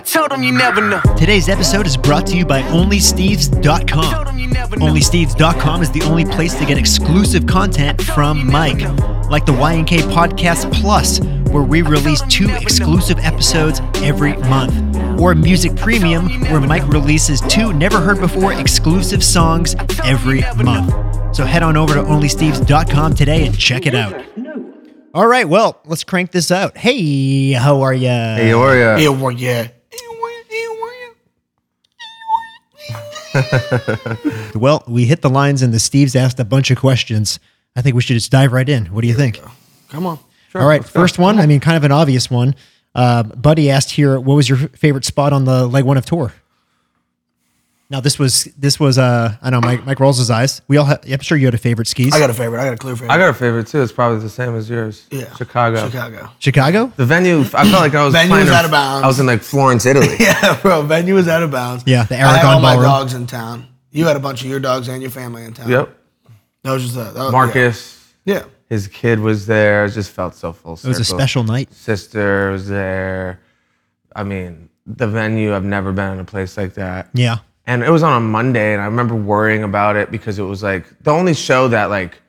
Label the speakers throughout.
Speaker 1: Tell them you never know.
Speaker 2: Today's episode is brought to you by
Speaker 1: Tell them
Speaker 2: OnlySteves.com.
Speaker 1: you never know.
Speaker 2: OnlySteves.com is the only place to get exclusive content from Mike, like the YNK Podcast Plus, where we release two exclusive episodes every month, or Music Premium, where Mike releases two never heard before exclusive songs every month. So head on over to OnlySteves.com today and check it out. All right, well, let's crank this out. Hey, how are ya?
Speaker 3: Hey, Aoria.
Speaker 4: It were yeah.
Speaker 2: Well, we hit the lines and the Steves asked a bunch of questions. I think we should just dive right in. What do you think?
Speaker 4: Come on.
Speaker 2: All right, first one. I mean, kind of an obvious one. Uh, Buddy asked here, what was your f- favorite spot on the leg one of tour? Now this was this was uh I know Mike Mike rolls his eyes. We all ha- I'm sure you had a favorite skis.
Speaker 4: I got a favorite. I got a clear favorite.
Speaker 3: I got a favorite too. It's probably the same as yours.
Speaker 4: yeah.
Speaker 3: Chicago.
Speaker 4: Chicago.
Speaker 2: Chicago.
Speaker 3: The venue, I felt like I was
Speaker 4: Venue
Speaker 3: playing
Speaker 4: was
Speaker 3: in-
Speaker 4: out of bounds.
Speaker 3: I was in like Florence, Italy.
Speaker 4: Yeah, bro. Venue was out of bounds.
Speaker 2: Yeah, the
Speaker 4: I had
Speaker 2: Aragon
Speaker 4: all my
Speaker 2: Ballroom.
Speaker 4: dogs in town. You had a bunch of your dogs and your family in town.
Speaker 3: Yep.
Speaker 4: That was just a, that was,
Speaker 3: Marcus,
Speaker 4: Yeah. yeah.
Speaker 3: his kid was there. It just felt so full
Speaker 2: It was a special night.
Speaker 3: Sister was there. I mean, the venue, I've never been in a place like that.
Speaker 2: Yeah.
Speaker 3: and it was on a Monday, and I remember worrying about it because it was like the only show that like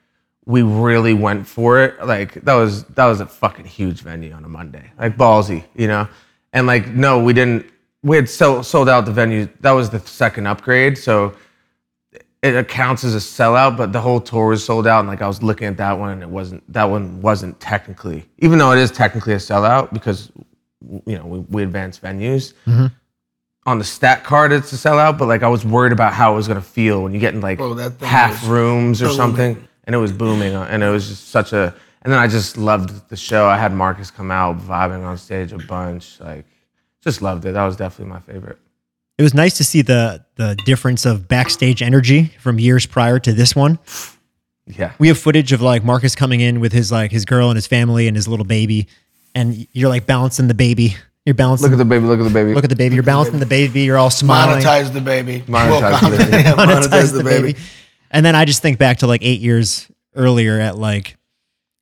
Speaker 3: we really went for it. Like that was that was a fucking huge venue on a Monday, like ballsy, you know. And like no, we didn't. We had so sold out the venue. That was the second upgrade, so it accounts as a sellout. But the whole tour was sold out, and like I was looking at that one, and it wasn't. That one wasn't technically, even though it is technically a sellout because you know we, we advance venues on the stat card it's a sellout, but like I was worried about how it was gonna feel when you get in like
Speaker 4: Bro, that thing
Speaker 3: half
Speaker 4: was
Speaker 3: rooms or
Speaker 4: booming.
Speaker 3: something, and it was booming, uh, and it was just such a. And then I just loved the show. I had Marcus come out vibing on stage a bunch, like just loved it. That was definitely my favorite.
Speaker 2: It was nice to see the the difference of backstage energy from years prior to this one.
Speaker 3: Yeah,
Speaker 2: we have footage of like Marcus coming in with his like his girl and his family and his little baby, and you're like balancing the baby. You're balancing.
Speaker 3: look at the baby, look at the baby.
Speaker 2: look at the baby. You're balancing the baby. You're all smiling.
Speaker 4: Monetize the baby.
Speaker 3: Monetize the baby.
Speaker 4: Yeah,
Speaker 2: Monetize the baby. And then I just think back to like eight years earlier at like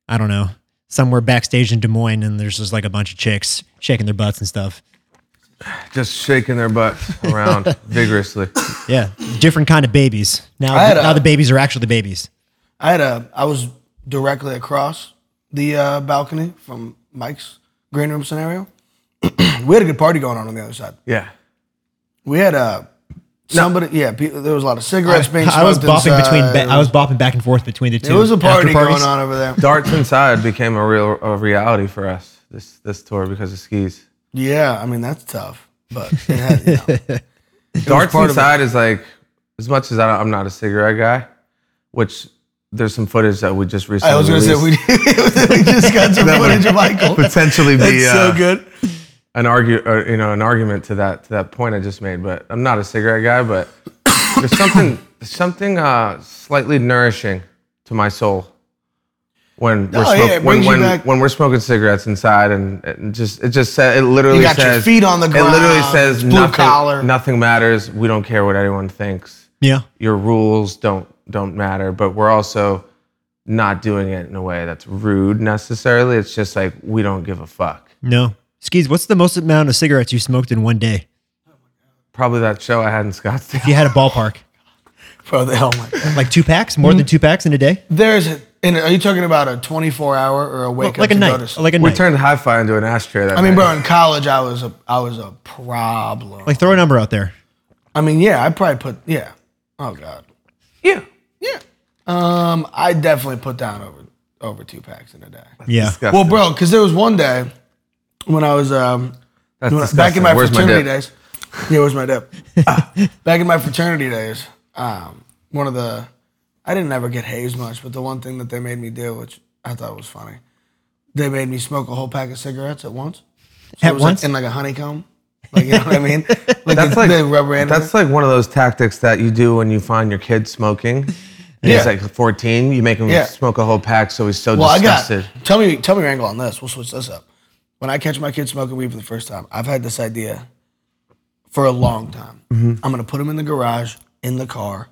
Speaker 2: I don't know somewhere backstage in Des Moines, and there's just like a bunch of chicks shaking their butts and stuff.
Speaker 3: just shaking their butts around vigorously.
Speaker 2: Yeah, different kind of babies. Now,
Speaker 4: I had
Speaker 2: now
Speaker 4: a-
Speaker 2: the babies are actually babies.
Speaker 4: I had a. I was directly across the uh, balcony from Mike's green room scenario. we had a good party going on on the other side.
Speaker 3: Yeah,
Speaker 4: We had a. Somebody, yeah, pe- there was a lot of cigarettes being smoked.
Speaker 2: I was bopping between.
Speaker 4: inside.
Speaker 2: Ba- I was bopping back and forth between the two.
Speaker 4: It was a
Speaker 2: after
Speaker 4: party
Speaker 2: parties.
Speaker 4: going on over there.
Speaker 3: darts inside became a real a reality for us this this tour because of skis.
Speaker 4: Yeah, I mean that's tough, but it had, you know,
Speaker 3: Darts
Speaker 4: part of
Speaker 3: inside is like, as much as I don't, I'm not a cigarette guy, which there's some footage that we just recently.
Speaker 4: I was gonna say we,
Speaker 3: released.
Speaker 4: we just got some footage of Michael.
Speaker 3: potentially be
Speaker 4: That's so
Speaker 3: uh,
Speaker 4: good.
Speaker 3: an argue, or, you know, an argument to that to that point I just made. But I'm not a cigarette guy, but there's something something uh, slightly nourishing to my soul when we're
Speaker 4: Oh, yeah,
Speaker 3: smoking,
Speaker 4: it brings
Speaker 3: when
Speaker 4: you
Speaker 3: when,
Speaker 4: back-
Speaker 3: when we're smoking cigarettes inside, and it just it just says it literally
Speaker 4: You got your
Speaker 3: says
Speaker 4: feet on the
Speaker 3: It literally
Speaker 4: ground,
Speaker 3: says
Speaker 4: it's blue
Speaker 3: nothing,
Speaker 4: collar.
Speaker 3: nothing matters. We don't care what anyone thinks.
Speaker 2: Yeah.
Speaker 3: your rules don't don't matter but we're also not doing it in a way that's rude necessarily it's just like we don't give a fuck
Speaker 2: No. Skis, what's the most amount of cigarettes you smoked in one day?
Speaker 3: probably that show i had in scottsdale
Speaker 2: If you had a ballpark,
Speaker 4: Bro, the hell, Mike.
Speaker 2: like two packs, more
Speaker 3: Hmm?
Speaker 2: than two packs in a day?
Speaker 4: There's a. And are you talking about a 24 hour or a wake
Speaker 2: Like
Speaker 4: up
Speaker 2: a
Speaker 4: to
Speaker 2: night.
Speaker 4: go to sleep?
Speaker 2: Like a
Speaker 3: we
Speaker 2: night.
Speaker 3: turned hi-fi into an ashtray that
Speaker 4: I mean,
Speaker 3: night.
Speaker 4: bro, in college I was a I was a problem.
Speaker 2: like throw a number out there.
Speaker 4: I mean, yeah, I probably put yeah. Oh god.
Speaker 3: yeah
Speaker 4: Yeah. Um, I definitely put down over over two packs in a day.
Speaker 2: Yeah.
Speaker 3: disgusting.
Speaker 4: Well, bro, because there was one day when I was um
Speaker 3: that's
Speaker 4: When I-
Speaker 3: disgusting.
Speaker 4: back in my
Speaker 3: Where's
Speaker 4: fraternity
Speaker 3: dip?
Speaker 4: days. Yeah, where's my dip? Ah, back in my fraternity days, um, one of the I didn't ever get hazed much, but the one thing that they made me do, which I thought was funny, they made me smoke a whole pack of cigarettes at once. So
Speaker 2: At
Speaker 4: it was
Speaker 2: once?
Speaker 4: like in like a honeycomb. Like you know what I mean? Like
Speaker 3: that's
Speaker 4: the,
Speaker 3: like
Speaker 4: the rubber end.
Speaker 3: that's like one of those tactics that you do when you find your kid smoking yeah. he's
Speaker 4: Yeah.
Speaker 3: like 14 you make him
Speaker 4: Yeah.
Speaker 3: smoke a whole pack so he's so
Speaker 4: well,
Speaker 3: disgusted
Speaker 4: I got. Tell me, tell me your angle on this. We'll switch this up. When I catch my kid smoking weed for the first time, I've had this idea for a long time. I'm gonna put him in the garage, in the car.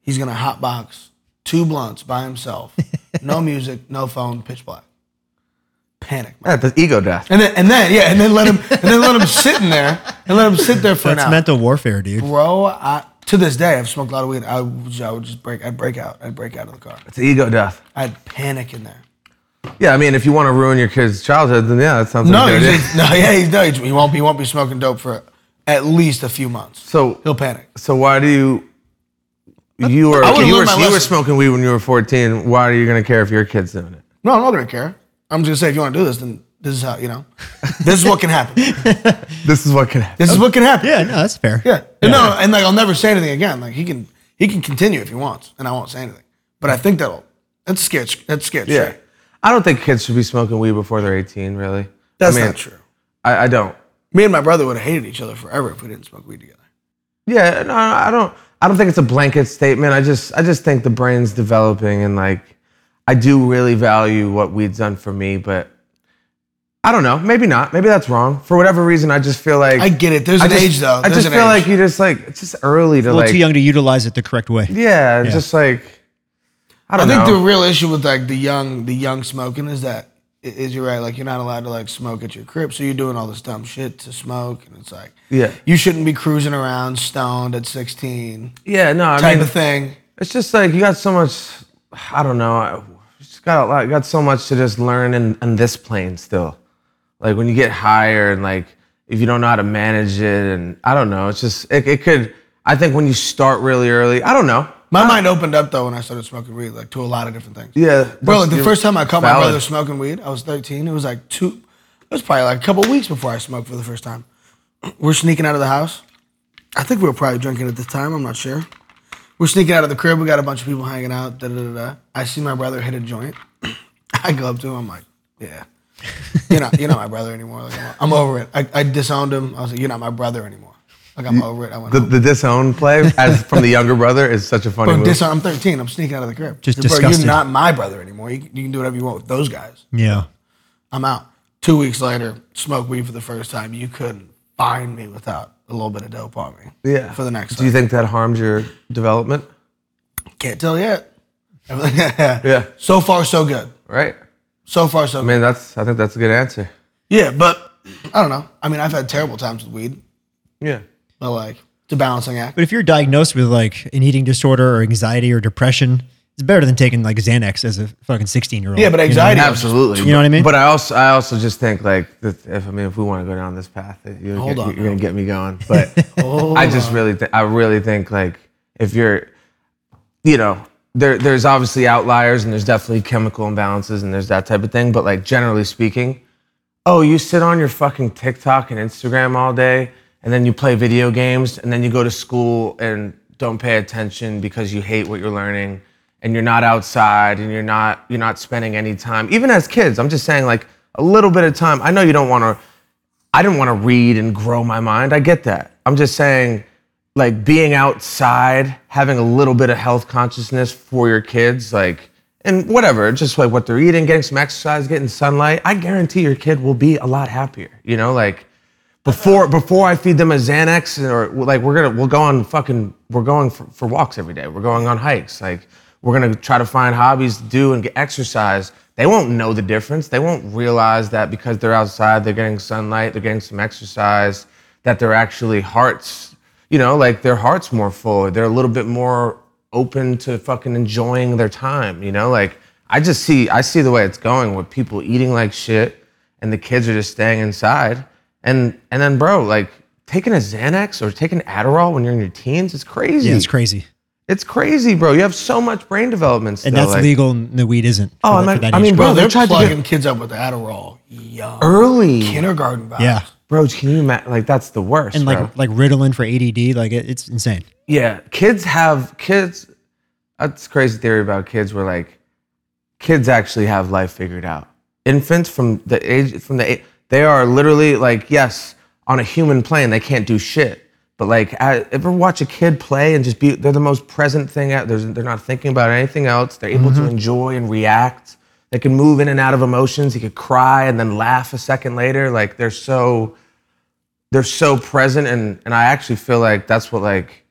Speaker 4: He's gonna hotbox two blunts by himself, no music, no phone, pitch black. panic.
Speaker 3: Yeah, the ego death.
Speaker 4: And then, and then, yeah, and then let him, and then let him sit in there, and let him sit there for
Speaker 1: That's
Speaker 4: an hour.
Speaker 1: mental warfare, dude.
Speaker 4: Bro, I, to this day, I've smoked a lot of weed. I, would just- I would just break, I'd break out, I'd break out of the car.
Speaker 3: It's ego death.
Speaker 4: I'd panic in there.
Speaker 3: Yeah, I mean, if you want to ruin your kid's childhood, then yeah, that sounds
Speaker 4: No,
Speaker 3: like a
Speaker 4: he's,
Speaker 3: good idea.
Speaker 4: he's- no, yeah, he's, no, he won't be, he won't be smoking dope for at least a few months.
Speaker 3: So
Speaker 4: He'll panic.
Speaker 3: So why do you? You were
Speaker 4: I would've
Speaker 3: you were,
Speaker 4: learned my
Speaker 3: you were
Speaker 4: lesson.
Speaker 3: smoking weed when you were 14. Why are you gonna care if your kid's doing it?
Speaker 4: No, I'm not gonna care. I'm just gonna say if you want to do this, then this is how you know. This is what can happen.
Speaker 3: This is what can happen.
Speaker 4: This is what can happen.
Speaker 1: Yeah, no, that's fair.
Speaker 4: Yeah. And No, and like I'll never say anything again. Like he can he can continue if he wants, and I won't say anything. But I think that'll that's sketch. That's sketch.
Speaker 3: Yeah, I don't think kids should be smoking weed before they're 18. Really,
Speaker 4: That's
Speaker 3: I mean,
Speaker 4: not true.
Speaker 3: I, I don't.
Speaker 4: Me and my brother would have hated each other forever if we didn't smoke weed together.
Speaker 3: Yeah, no, I don't. I don't think it's a blanket statement. I just, I just think the brain's developing, and like, I do really value what weed's done for me. But I don't know. Maybe not. Maybe that's wrong. For whatever reason, I just feel like
Speaker 4: I get it. There's
Speaker 3: I
Speaker 4: an
Speaker 3: just-
Speaker 4: age though.
Speaker 3: I
Speaker 4: There's
Speaker 3: just
Speaker 4: an
Speaker 3: feel
Speaker 4: age.
Speaker 3: like you just like it's just early
Speaker 1: A
Speaker 3: to
Speaker 1: little
Speaker 3: like
Speaker 1: too young to utilize it the correct way.
Speaker 3: Yeah, it's just like I
Speaker 4: I
Speaker 3: don't
Speaker 4: think
Speaker 3: know.
Speaker 4: the real issue with like the young the young smoking is that i- is you're right like you're not allowed to like smoke at your crib so you're doing all this dumb shit to smoke and it's like
Speaker 3: Yeah.
Speaker 4: you shouldn't be cruising around stoned at 16
Speaker 3: yeah, no, I
Speaker 4: type
Speaker 3: mean,
Speaker 4: of thing
Speaker 3: it's just like you got so much. I don't know. I just got a lot. Got so much to just learn in, in this plane still. Like when you get higher and like if you don't know how to manage it and I don't know. It's just it, it could. I think when you start really early, I don't know.
Speaker 4: my mind opened up though when I started smoking weed like to a lot of different things
Speaker 3: Yeah,
Speaker 4: bro
Speaker 3: that's-
Speaker 4: like the
Speaker 3: you're
Speaker 4: first time I caught my
Speaker 3: valid.
Speaker 4: brother smoking weed I was 13 it was like two it was probably like a couple weeks before I smoked for the first time we're sneaking out of the house I think we were probably drinking at the time I'm not sure We're sneaking out of the crib. We got a bunch of people hanging out. Da, da, da, da. I see my brother hit a joint. I go up to him. I'm like, yeah, you're not, you're not my brother anymore. Like, I'm, I'm over it. I, I disowned him. I was like, you're not my brother anymore. Like, I'm over it. I went,
Speaker 3: The,
Speaker 4: home.
Speaker 3: the disown play as from the younger brother is such a funny
Speaker 4: Bro,
Speaker 3: movie.
Speaker 4: disown, I'm 13. I'm sneaking out of the crib.
Speaker 1: Just
Speaker 4: Bro,
Speaker 1: disgusted.
Speaker 4: you're not my brother anymore. You, you can do whatever you want with those guys.
Speaker 1: Yeah.
Speaker 4: I'm out. Two weeks later, smoke weed for the first time. You couldn't find me without a little bit of dope on me.
Speaker 3: yeah.
Speaker 4: For the next.
Speaker 3: Do you think that harmed your development?
Speaker 4: Can't tell yet. yeah.
Speaker 3: Yeah.
Speaker 4: So far, so good.
Speaker 3: Right.
Speaker 4: So far, so
Speaker 3: I mean, that's. I think that's a good answer.
Speaker 4: Yeah, but I don't know. I mean, I've had terrible times with weed,
Speaker 3: Yeah.
Speaker 4: but like it's a balancing act.
Speaker 1: But if you're diagnosed with like an eating disorder or anxiety or depression, it's better than taking like Xanax as a fucking 16 year old.
Speaker 4: Yeah, but anxiety.
Speaker 3: Absolutely.
Speaker 1: You know what I mean?
Speaker 3: But I also I also just think like that if I mean if we want to go down this path, you're,
Speaker 4: Hold on.
Speaker 3: you're gonna get me going. But I just really th- I really think like if you're, you know, there there's obviously outliers and there's definitely chemical imbalances and there's that type of thing. But like generally speaking, oh, you sit on your fucking TikTok and Instagram all day, and then you play video games, and then you go to school and don't pay attention because you hate what you're learning, and you're not outside, and you're not you're not spending any time. Even as kids, I'm just saying like a little bit of time. I know you don't want to. I didn't want to read and grow my mind. I get that. I'm just saying, like being outside, having a little bit of health consciousness for your kids, like, and whatever, just like what they're eating, getting some exercise, getting sunlight. I guarantee your kid will be a lot happier. You know, like before before I feed them a Xanax or like we're gonna we'll go on fucking we're going for, for walks every day. We're going on hikes. Like we're gonna try to find hobbies to do and get exercise. They won't know the difference. They won't realize that because they're outside, they're getting sunlight, they're getting some exercise, that their actually hearts, you know, like their hearts more full. They're a little bit more open to fucking enjoying their time, you know? Like I just see I see the way it's going with people eating like shit and the kids are just staying inside. And and then, bro, like taking a Xanax or taking Adderall when you're in your teens is crazy.
Speaker 1: Yeah, it's crazy.
Speaker 3: It's crazy, bro. You have so much brain development still.
Speaker 1: And that's
Speaker 3: like,
Speaker 1: legal and the weed isn't.
Speaker 3: Oh,
Speaker 1: for
Speaker 3: I'm
Speaker 1: that-
Speaker 3: not-
Speaker 1: for that
Speaker 3: I
Speaker 1: age
Speaker 3: mean,
Speaker 1: group.
Speaker 4: Bro,
Speaker 3: Bro,
Speaker 4: they're
Speaker 3: they're trying to
Speaker 4: plugging kids up with Adderall. Young.
Speaker 3: Early,
Speaker 4: Kindergarten vibes.
Speaker 1: Yeah.
Speaker 3: bro. Can you imagine? Like that's the worst.
Speaker 1: And
Speaker 3: bro.
Speaker 1: like like Ritalin for ADD, like it, it's insane.
Speaker 3: Yeah, kids have kids. That's a crazy theory about kids. Where like, kids actually have life figured out. Infants from the age from the a- they are literally like yes on a human plane they can't do shit. But like, I, ever watch a kid play and just be? They're the most present thing. Out, there's, they're not thinking about anything else. They're able to enjoy and react. They can move in and out of emotions. He could cry and then laugh a second later. Like they're so, they're so present. And and I actually feel like that's what like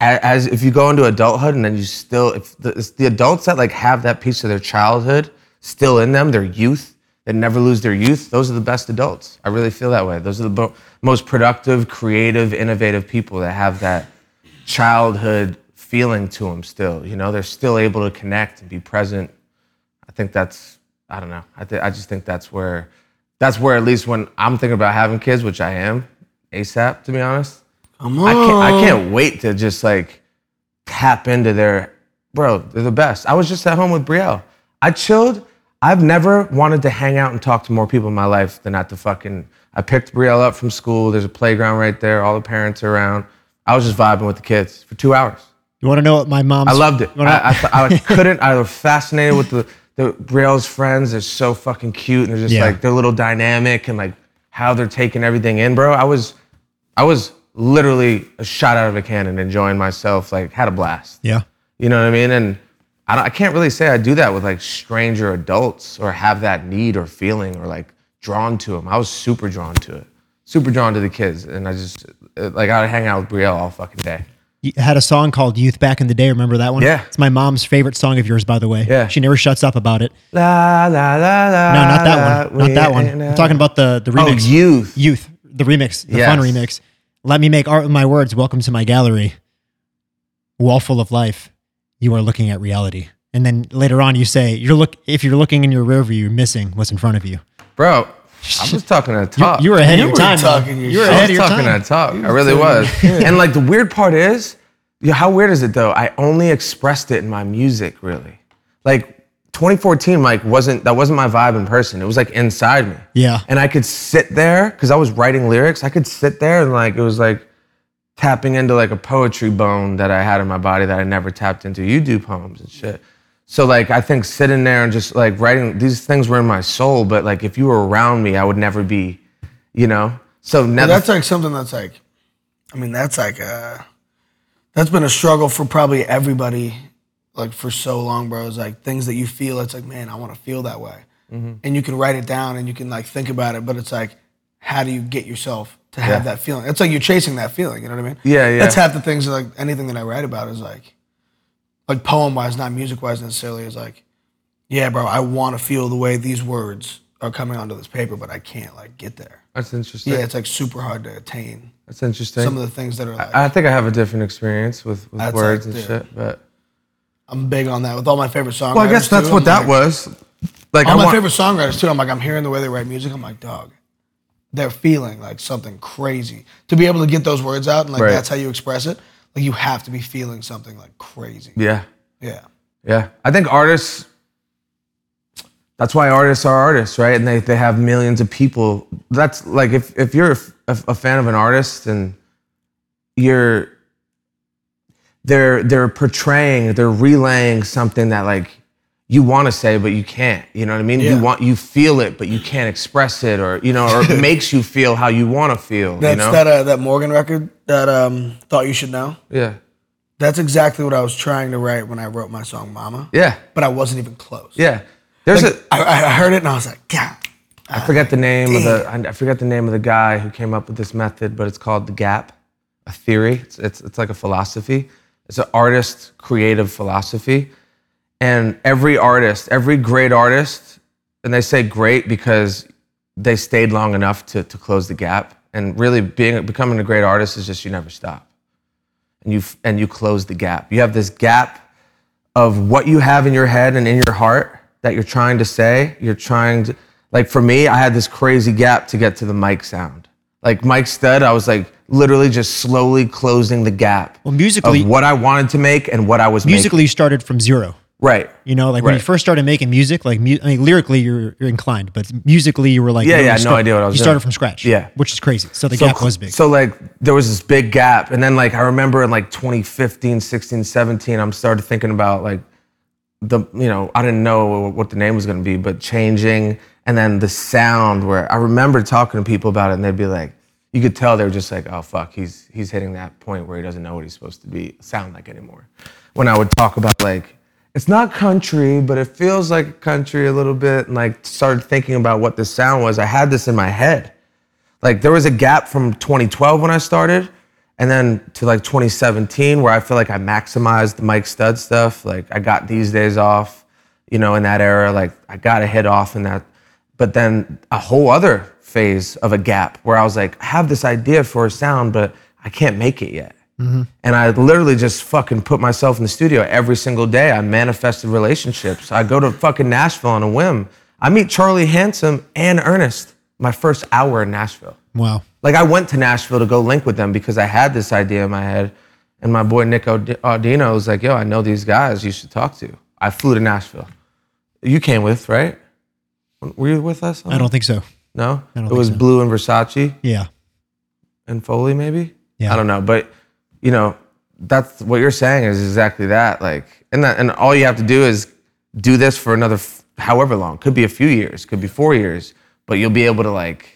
Speaker 3: a- as if you go into adulthood and then you still if the, it's the adults that like have that piece of their childhood still in them their youth that never lose their youth, those are the best adults. I really feel that way. Those are the bo- most productive, creative, innovative people that have that childhood feeling to them still. You know, they're still able to connect and be present. I think that's, I don't know. I, th- I just think that's where, that's where at least when I'm thinking about having kids, which I am ASAP, to be honest.
Speaker 4: Come
Speaker 3: I can't, I can't wait to just like tap into their bro. They're the best. I was just at home with Brielle. I chilled. I've never wanted to hang out and talk to more people in my life than at the fucking. I picked Brielle up from school. There's a playground right there. All the parents are around. I was just vibing with the kids for two hours.
Speaker 1: You want to know what my mom's?
Speaker 3: I loved it.
Speaker 1: You wanna-
Speaker 3: I, I, I couldn't. I was fascinated with the, the Brielle's friends. They're so fucking cute and they're just
Speaker 1: Yeah.
Speaker 3: like their little dynamic and like how they're taking everything in, bro. I was, I was literally a shot out of a cannon, enjoying myself. Like had a blast.
Speaker 1: yeah.
Speaker 3: You know what I mean? And I, don't, I can't really say I do that with like stranger adults or have that need or feeling or like drawn to them. I was super drawn to it, super drawn to the kids, and I just uh, like I would hang out with Brielle all fucking day.
Speaker 1: You had a song called "Youth" back in the day. Remember that one?
Speaker 3: Yeah.
Speaker 1: It's my mom's favorite song of yours, by the way.
Speaker 3: Yeah.
Speaker 1: She never shuts up about it.
Speaker 3: La la la la.
Speaker 1: No, not that one. Not that one. I'm talking about the the
Speaker 2: Oh,
Speaker 1: remix.
Speaker 3: youth.
Speaker 1: Youth. The remix. The fun
Speaker 3: Oh, Yes.
Speaker 1: remix. Let me make art with my words. Welcome to my gallery. Wall full of life. You are looking at reality. And then later on, you say, "You're look. If you're looking in your rear view, you're missing what's in front of you."
Speaker 3: bro. I was talking to top.
Speaker 1: You were ahead
Speaker 4: You
Speaker 1: of your
Speaker 4: were
Speaker 1: time. man.
Speaker 4: talking your
Speaker 1: You were
Speaker 4: shit.
Speaker 1: ahead
Speaker 3: I
Speaker 1: of
Speaker 3: was
Speaker 1: your
Speaker 3: Oh, talking
Speaker 1: time.
Speaker 3: that talk. I really was. and like the weird part is, yeah, how weird is it though? I only expressed it in my music, really. Like 2014, like wasn't that wasn't my vibe in person. It was like inside me.
Speaker 1: Yeah.
Speaker 3: And I could sit there because I was writing lyrics. I could sit there and like it was like tapping into like a poetry bone that I had in my body that I never tapped into. You do poems and shit. So like I think sitting there and just like writing these things were in my soul, but like if you were around me, I would never be, you know. So now
Speaker 4: But
Speaker 3: the
Speaker 4: that's like something that's like, I mean, that's like uh that's been a struggle for probably everybody, like for so long, bro. It's like things that you feel. It's like, man, I want to feel that way,
Speaker 3: Mm-hmm.
Speaker 4: and you can write it down and you can like think about it. But it's like, how do you get yourself to have that feeling? It's like you're chasing that feeling. You know what I mean?
Speaker 3: Yeah, yeah.
Speaker 4: That's half the things. That, like anything that I write about is like, like poem wise, not music wise necessarily. Is like, yeah, bro, I want to feel the way these words are coming onto this paper, but I can't like get there.
Speaker 3: That's interesting.
Speaker 4: Yeah, it's like super hard to attain
Speaker 3: That's interesting.
Speaker 4: some of the things that are like.
Speaker 3: I think I have a different experience with, with
Speaker 4: That's
Speaker 3: words
Speaker 4: like,
Speaker 3: and
Speaker 4: dude.
Speaker 3: shit. But
Speaker 4: I'm big on that with all my favorite songwriters.
Speaker 3: well, I guess that's
Speaker 4: too.
Speaker 3: what
Speaker 4: I'm
Speaker 3: that
Speaker 4: like-
Speaker 3: was. Like
Speaker 4: All
Speaker 3: I
Speaker 4: my
Speaker 3: want,
Speaker 4: favorite songwriters too. I'm like, I'm hearing the way they write music. I'm like, dog, they're feeling like something crazy. To be able to get those words out and like
Speaker 3: Right.
Speaker 4: that's how you express it. Like you have to be feeling something like crazy.
Speaker 3: Yeah,
Speaker 4: Yeah.
Speaker 3: yeah. I think artists. That's why artists are artists, right? And they, they have millions of people. That's like if if you're a, f- a fan of an artist and you're they're they're portraying, they're relaying something that like you want to say but you can't. You know what I mean?
Speaker 4: Yeah.
Speaker 3: You want you feel it but you can't express it or you know or it makes you feel how you want to feel.
Speaker 4: That's
Speaker 3: you know?
Speaker 4: that uh, that Morgan record that um thought you should know.
Speaker 3: Yeah.
Speaker 4: That's exactly what I was trying to write when I wrote my song Mama.
Speaker 3: Yeah.
Speaker 4: But I wasn't even close.
Speaker 3: Yeah. There's
Speaker 4: Like,
Speaker 3: a
Speaker 4: I I heard it and I was like, God.
Speaker 3: I forget the name of the I- I forget the name of the guy who came up with this method, but it's called the gap, a theory. It's it's, it's like a philosophy. It's an artist creative philosophy. And every artist, every great artist, and they say great because they stayed long enough to, to close the gap. And really being becoming a great artist is just you never stop. And you f- and you close the gap. You have this gap of what you have in your head and in your heart that you're trying to say. You're trying to, like for me, I had this crazy gap to get to the mic sound. Like Mike Stud, I was like literally just slowly closing the gap
Speaker 1: Well, musically-
Speaker 3: of what I wanted to make and what I was
Speaker 1: Musically, you started from zero.
Speaker 3: making. Right.
Speaker 1: You know, like when you
Speaker 3: Right.
Speaker 1: first started making music, like mu- I mean, lyrically you're, you're inclined, but musically you were like,
Speaker 3: Yeah,
Speaker 1: you
Speaker 3: yeah,
Speaker 1: were
Speaker 3: no idea what I was
Speaker 1: You started
Speaker 3: doing.
Speaker 1: from scratch,
Speaker 3: Yeah.
Speaker 1: which is crazy. So the gap was big.
Speaker 3: So like there was this big gap. And then like I remember in like 2015, 16, 17, I'm started thinking about like the you know, I didn't know what the name was gonna be, but changing and then the sound where I remember talking to people about it and they'd be like, you could tell they were just like, oh fuck, he's he's hitting that point where he doesn't know what he's supposed to be sound like anymore. When I would talk about like it's not country, but it feels like country a little bit, and like started thinking about what the sound was. I had this in my head like there was a gap from 2012 when I started and then to like 2017 where I feel like I maximized the Mike Stud stuff. Like I got these days off, you know, in that era. Like I got a hit off in that but then a whole other phase of a gap where I was like, I have this idea for a sound, but I can't make it yet.
Speaker 1: Mm-hmm.
Speaker 3: And I literally just fucking put myself in the studio every single day. I manifested relationships. I go to fucking Nashville on a whim. I meet Charlie Handsome and Ernest my first hour in Nashville.
Speaker 1: Wow.
Speaker 3: Like I went to Nashville to go link with them because I had this idea in my head, and my boy Nick Aud- Audino was like, "Yo, I know these guys. You should talk to." I flew to Nashville. You came with right? Were you with us? on-
Speaker 1: I don't think so.
Speaker 3: No,
Speaker 1: I don't
Speaker 3: it
Speaker 1: think
Speaker 3: was
Speaker 1: so.
Speaker 3: Blue and Versace
Speaker 1: Yeah.
Speaker 3: and Foley, maybe.
Speaker 1: Yeah.
Speaker 3: I don't know, but you know, that's what you're saying is exactly that. Like, and that, and all you have to do is do this for another f- however long. Could be a few years, could be four years, but you'll be able to like.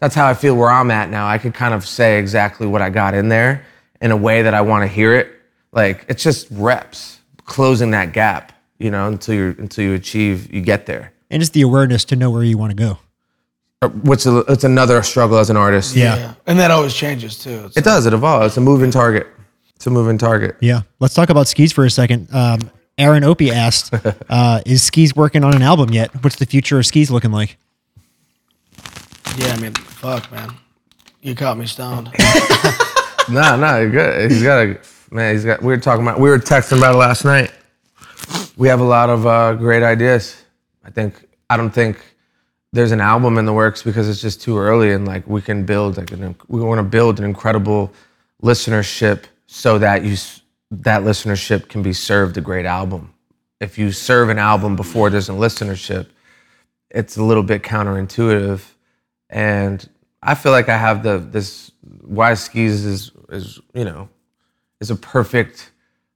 Speaker 3: That's how I feel where I'm at now. I could kind of say exactly what I got in there in a way that I want to hear it. Like, it's just reps, closing that gap, you know, until you're until you achieve, you get there.
Speaker 1: And it's the awareness to know where you want to go.
Speaker 3: Uh, Which is it's another struggle as an artist.
Speaker 4: Yeah. And that always changes too. It's
Speaker 3: It does. It evolves. It's a moving target. It's a moving target.
Speaker 1: Yeah. Let's talk about skis for a second. Um, Aaron Opie asked, uh, "Is skis working on an album yet? What's the future of skis looking like?"
Speaker 4: Yeah, I mean, fuck, man. You caught me stoned.
Speaker 3: No, no, you're good. He's got a man. He's got. We were talking about. We were texting about it last night. We have a lot of uh, great ideas. I think. I don't think there's an album in the works because it's just too early, and like we can build like an, we want to build an incredible listenership so that you s- that listenership can be served a great album. If you serve an album before there's a listenership, it's a little bit counterintuitive and I feel like I have the this why skis is is you know is a perfect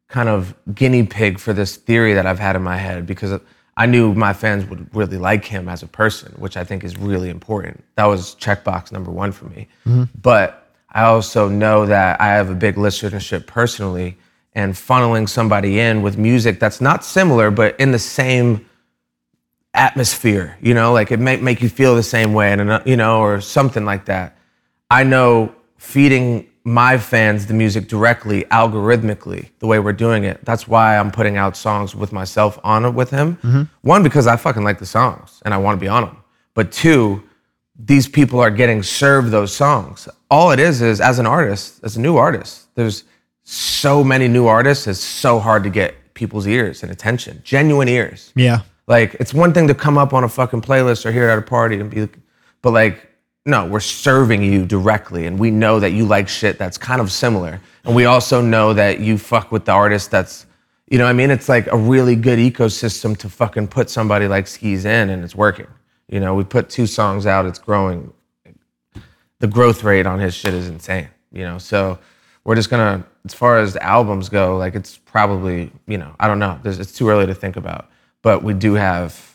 Speaker 3: kind of guinea pig for this theory that I've had in my head because I knew my fans would really like him as a person, which I think is really important. That was checkbox number one for me. But I also know that I have a big listenership personally, and funneling somebody in with music that's not similar but in the same atmosphere, you know, like it may make you feel the same way, and uh, you know, or something like that. I know feeding my fans the music directly, algorithmically, the way we're doing it. That's why I'm putting out songs with myself on it with him. One, because I fucking like the songs and I want to be on them. But two, these people are getting served those songs. All it is is as an artist, as a new artist, there's so many new artists, it's so hard to get people's ears and attention, genuine ears.
Speaker 1: Yeah.
Speaker 3: Like it's one thing to come up on a fucking playlist or hear it at a party and be like, but like, no, we're serving you directly and we know that you like shit that's kind of similar. And we also know that you fuck with the artist that's you know what I mean? It's like a really good ecosystem to fucking put somebody like skis in and it's working. You know, we put two songs out, it's growing the growth rate on his shit is insane. You know, so we're just gonna, as far as the albums go, like it's probably, you know, I don't know. There's, it's too early to think about, but we do have,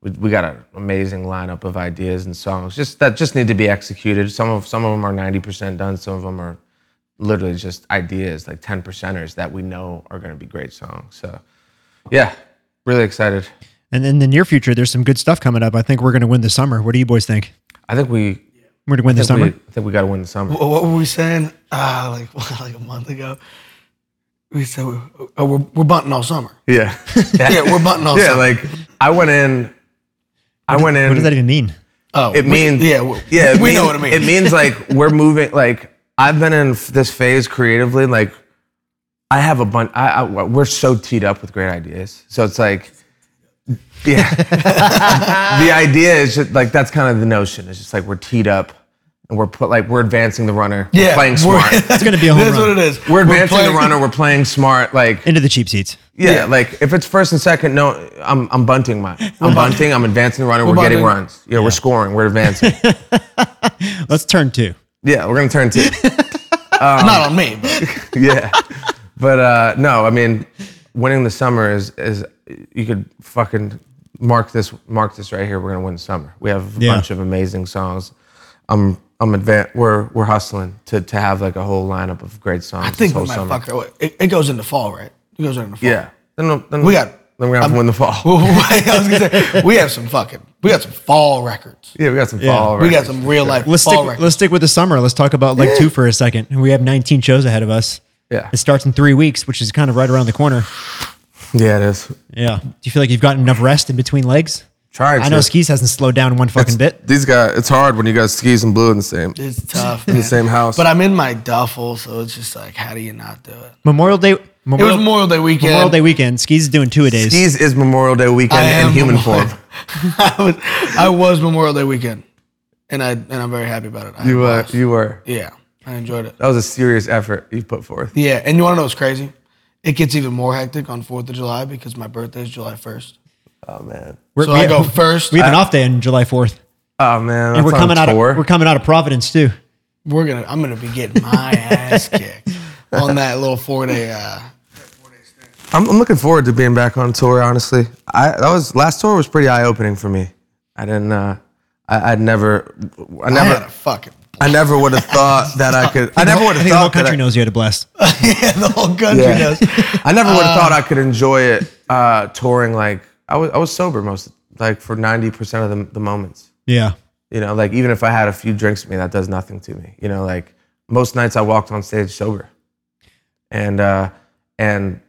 Speaker 3: we, we got an amazing lineup of ideas and songs just that just need to be executed. Some of some of them are ninety percent done. Some of them are literally just ideas, like ten percenters that we know are gonna be great songs. So, yeah, really excited.
Speaker 1: And in the near future, there's some good stuff coming up. I think we're going to win this summer. What do you boys think?
Speaker 3: I think we,
Speaker 1: We're going to win
Speaker 3: I
Speaker 1: this
Speaker 3: think we,
Speaker 1: summer.
Speaker 3: I think we gotta win the summer.
Speaker 4: Wha- what were we saying? Ah, like like a month ago. We said we, oh, we're we're bunting all summer.
Speaker 3: Yeah.
Speaker 4: Yeah, we're bunting all
Speaker 3: Yeah,
Speaker 4: summer.
Speaker 3: like I went in. I went in.
Speaker 1: What does that even mean?
Speaker 4: oh,
Speaker 3: It
Speaker 4: we-
Speaker 3: means
Speaker 4: yeah, we,
Speaker 3: yeah. it
Speaker 4: we
Speaker 3: means-
Speaker 4: know what it means.
Speaker 3: It means like we're moving. Like I've been in f- this phase creatively. Like I have a bunch. I, I we're so teed up with great ideas. So it's like, yeah. the idea is just like that's kind of the notion. It's just like we're teed up and we're put like we're advancing the runner. We're
Speaker 4: yeah,
Speaker 3: playing
Speaker 4: we're-
Speaker 3: smart. We're,
Speaker 1: It's going to be a home
Speaker 4: That's what
Speaker 1: run
Speaker 4: it is.
Speaker 3: advancing
Speaker 4: playing-
Speaker 3: the runner. We're playing smart. Like
Speaker 1: into the cheap seats.
Speaker 3: yeah, like if it's first and second, no, I'm I'm bunting mine. I'm bunting. I'm advancing the runner. We're, getting
Speaker 4: bunting.
Speaker 3: runs. Yeah, we're scoring. We're advancing.
Speaker 1: Let's turn two.
Speaker 3: yeah, we're gonna turn two.
Speaker 4: Not on me, but
Speaker 3: Yeah, but uh, no, I mean, winning the summer is is you could fucking mark this mark this right here. We're gonna win the summer. We have a
Speaker 1: Yeah.
Speaker 3: bunch of amazing songs. I'm I'm advan- We're we're hustling to to have like a whole lineup of great songs.
Speaker 4: I
Speaker 3: this
Speaker 4: think we
Speaker 3: whole
Speaker 4: might
Speaker 3: summer.
Speaker 4: fuck our way. It, it goes into fall, right? It goes into fall.
Speaker 3: Yeah. Then, we'll- then
Speaker 4: We got-
Speaker 3: Then we're gonna have to win the fall.
Speaker 4: I was gonna say we have some fucking we got some fall records.
Speaker 3: Yeah, we got some
Speaker 1: Yeah.
Speaker 3: fall.
Speaker 4: We got
Speaker 3: records.
Speaker 4: some real life
Speaker 1: Let's
Speaker 4: fall
Speaker 1: stick,
Speaker 4: records.
Speaker 1: let's stick with the summer. Let's talk about like two for a second. We have 19 shows ahead of us.
Speaker 3: Yeah.
Speaker 1: It starts in three weeks, which is kind of right around the corner.
Speaker 3: Yeah, it is.
Speaker 1: Yeah. Do you feel like you've gotten enough rest in between legs?
Speaker 3: Trying to.
Speaker 1: I know Skis hasn't slowed down one fucking bit.
Speaker 5: These guys, it's hard when you got skis and blue in the same.
Speaker 4: It's tough. In the
Speaker 5: same house.
Speaker 4: But I'm in my duffel, so it's just like, how do you not do it?
Speaker 1: Memorial Day.
Speaker 4: It was
Speaker 1: Memorial,
Speaker 4: Memorial Day weekend.
Speaker 1: Memorial Day weekend. Skis is doing two a days.
Speaker 3: Skis is Memorial Day weekend
Speaker 4: I
Speaker 3: in
Speaker 4: am
Speaker 3: human
Speaker 4: Memorial-
Speaker 3: form.
Speaker 4: I was, I was Memorial Day weekend, and I and I'm very happy about it. I
Speaker 3: You were.
Speaker 4: was.
Speaker 3: You were.
Speaker 4: yeah, I enjoyed it.
Speaker 3: That was a serious effort you put forth.
Speaker 4: Yeah, and you want to know what's crazy? It gets even more hectic on Fourth of July because my birthday is July first.
Speaker 3: Oh man.
Speaker 1: We're-
Speaker 4: So
Speaker 1: we
Speaker 4: I
Speaker 1: have,
Speaker 4: go first.
Speaker 1: We have an off day on July fourth,
Speaker 3: Oh man.
Speaker 1: and we're
Speaker 3: that's on
Speaker 1: coming out. Of,
Speaker 3: tour.
Speaker 1: we're coming out of Providence too.
Speaker 4: We're gonna. I'm gonna be getting my ass kicked on that little four day. Uh,
Speaker 3: I'm, I'm looking forward to being back on tour. Honestly, I that was last tour was pretty eye opening for me. I didn't. Uh, I, I'd never. I
Speaker 4: I had
Speaker 3: never.
Speaker 4: a fucking.
Speaker 3: I never would have thought that I could. I never
Speaker 1: I
Speaker 3: would have
Speaker 1: think the whole
Speaker 3: thought. that
Speaker 1: country
Speaker 3: I-
Speaker 1: knows you had a blast.
Speaker 4: yeah, the whole country
Speaker 3: Yeah.
Speaker 4: does.
Speaker 3: I never
Speaker 1: Uh,
Speaker 3: would have thought I could enjoy it uh, touring. Like I was. I was sober most like for ninety percent of the, the moments.
Speaker 1: Yeah.
Speaker 3: You know, like even if I had a few drinks with me, that does nothing to me. You know, like most nights I walked on stage sober, and uh, and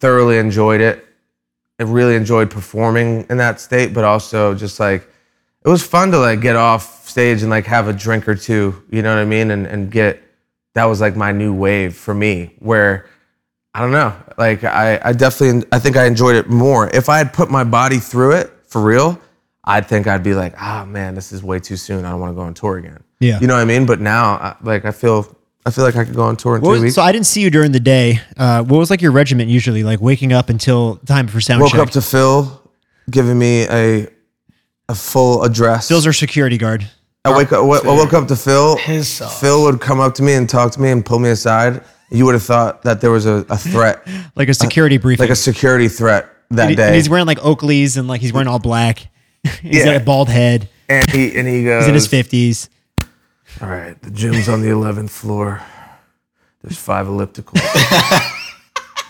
Speaker 3: thoroughly enjoyed it. I really enjoyed performing in that state, but also just like it was fun to like get off stage and like have a drink or two. You know what I mean? And and get that was like my new wave for me, where I don't know. Like I, I definitely, I think I enjoyed it more. If I had put my body through it for real, I'd think I'd be like, ah, man, this is way too soon. I don't want to go on tour again.
Speaker 1: Yeah.
Speaker 3: You know what I mean? But now, I, like, I feel, I feel like I could go on tour in
Speaker 1: What
Speaker 3: two
Speaker 1: was-
Speaker 3: weeks.
Speaker 1: so I didn't see you during the day. Uh, what was like your regiment usually? Like waking up until time for sound
Speaker 3: Woke
Speaker 1: check.
Speaker 3: up to Phil giving me a, a full address.
Speaker 1: Phill's our security guard.
Speaker 3: I wake up. I woke up to Phil.
Speaker 4: His sauce.
Speaker 3: Phil would come up to me and talk to me and pull me aside. You would have thought that there was a, a threat,
Speaker 1: Like a security briefing.
Speaker 3: Uh, like a security threat that
Speaker 1: And he-
Speaker 3: day.
Speaker 1: and he's wearing like Oakleys and like he's wearing all black. he's got
Speaker 3: Yeah.
Speaker 1: a bald head.
Speaker 3: and he and he goes.
Speaker 1: He's in his fifties.
Speaker 3: All right, the gym's on the 11th floor. There's five ellipticals.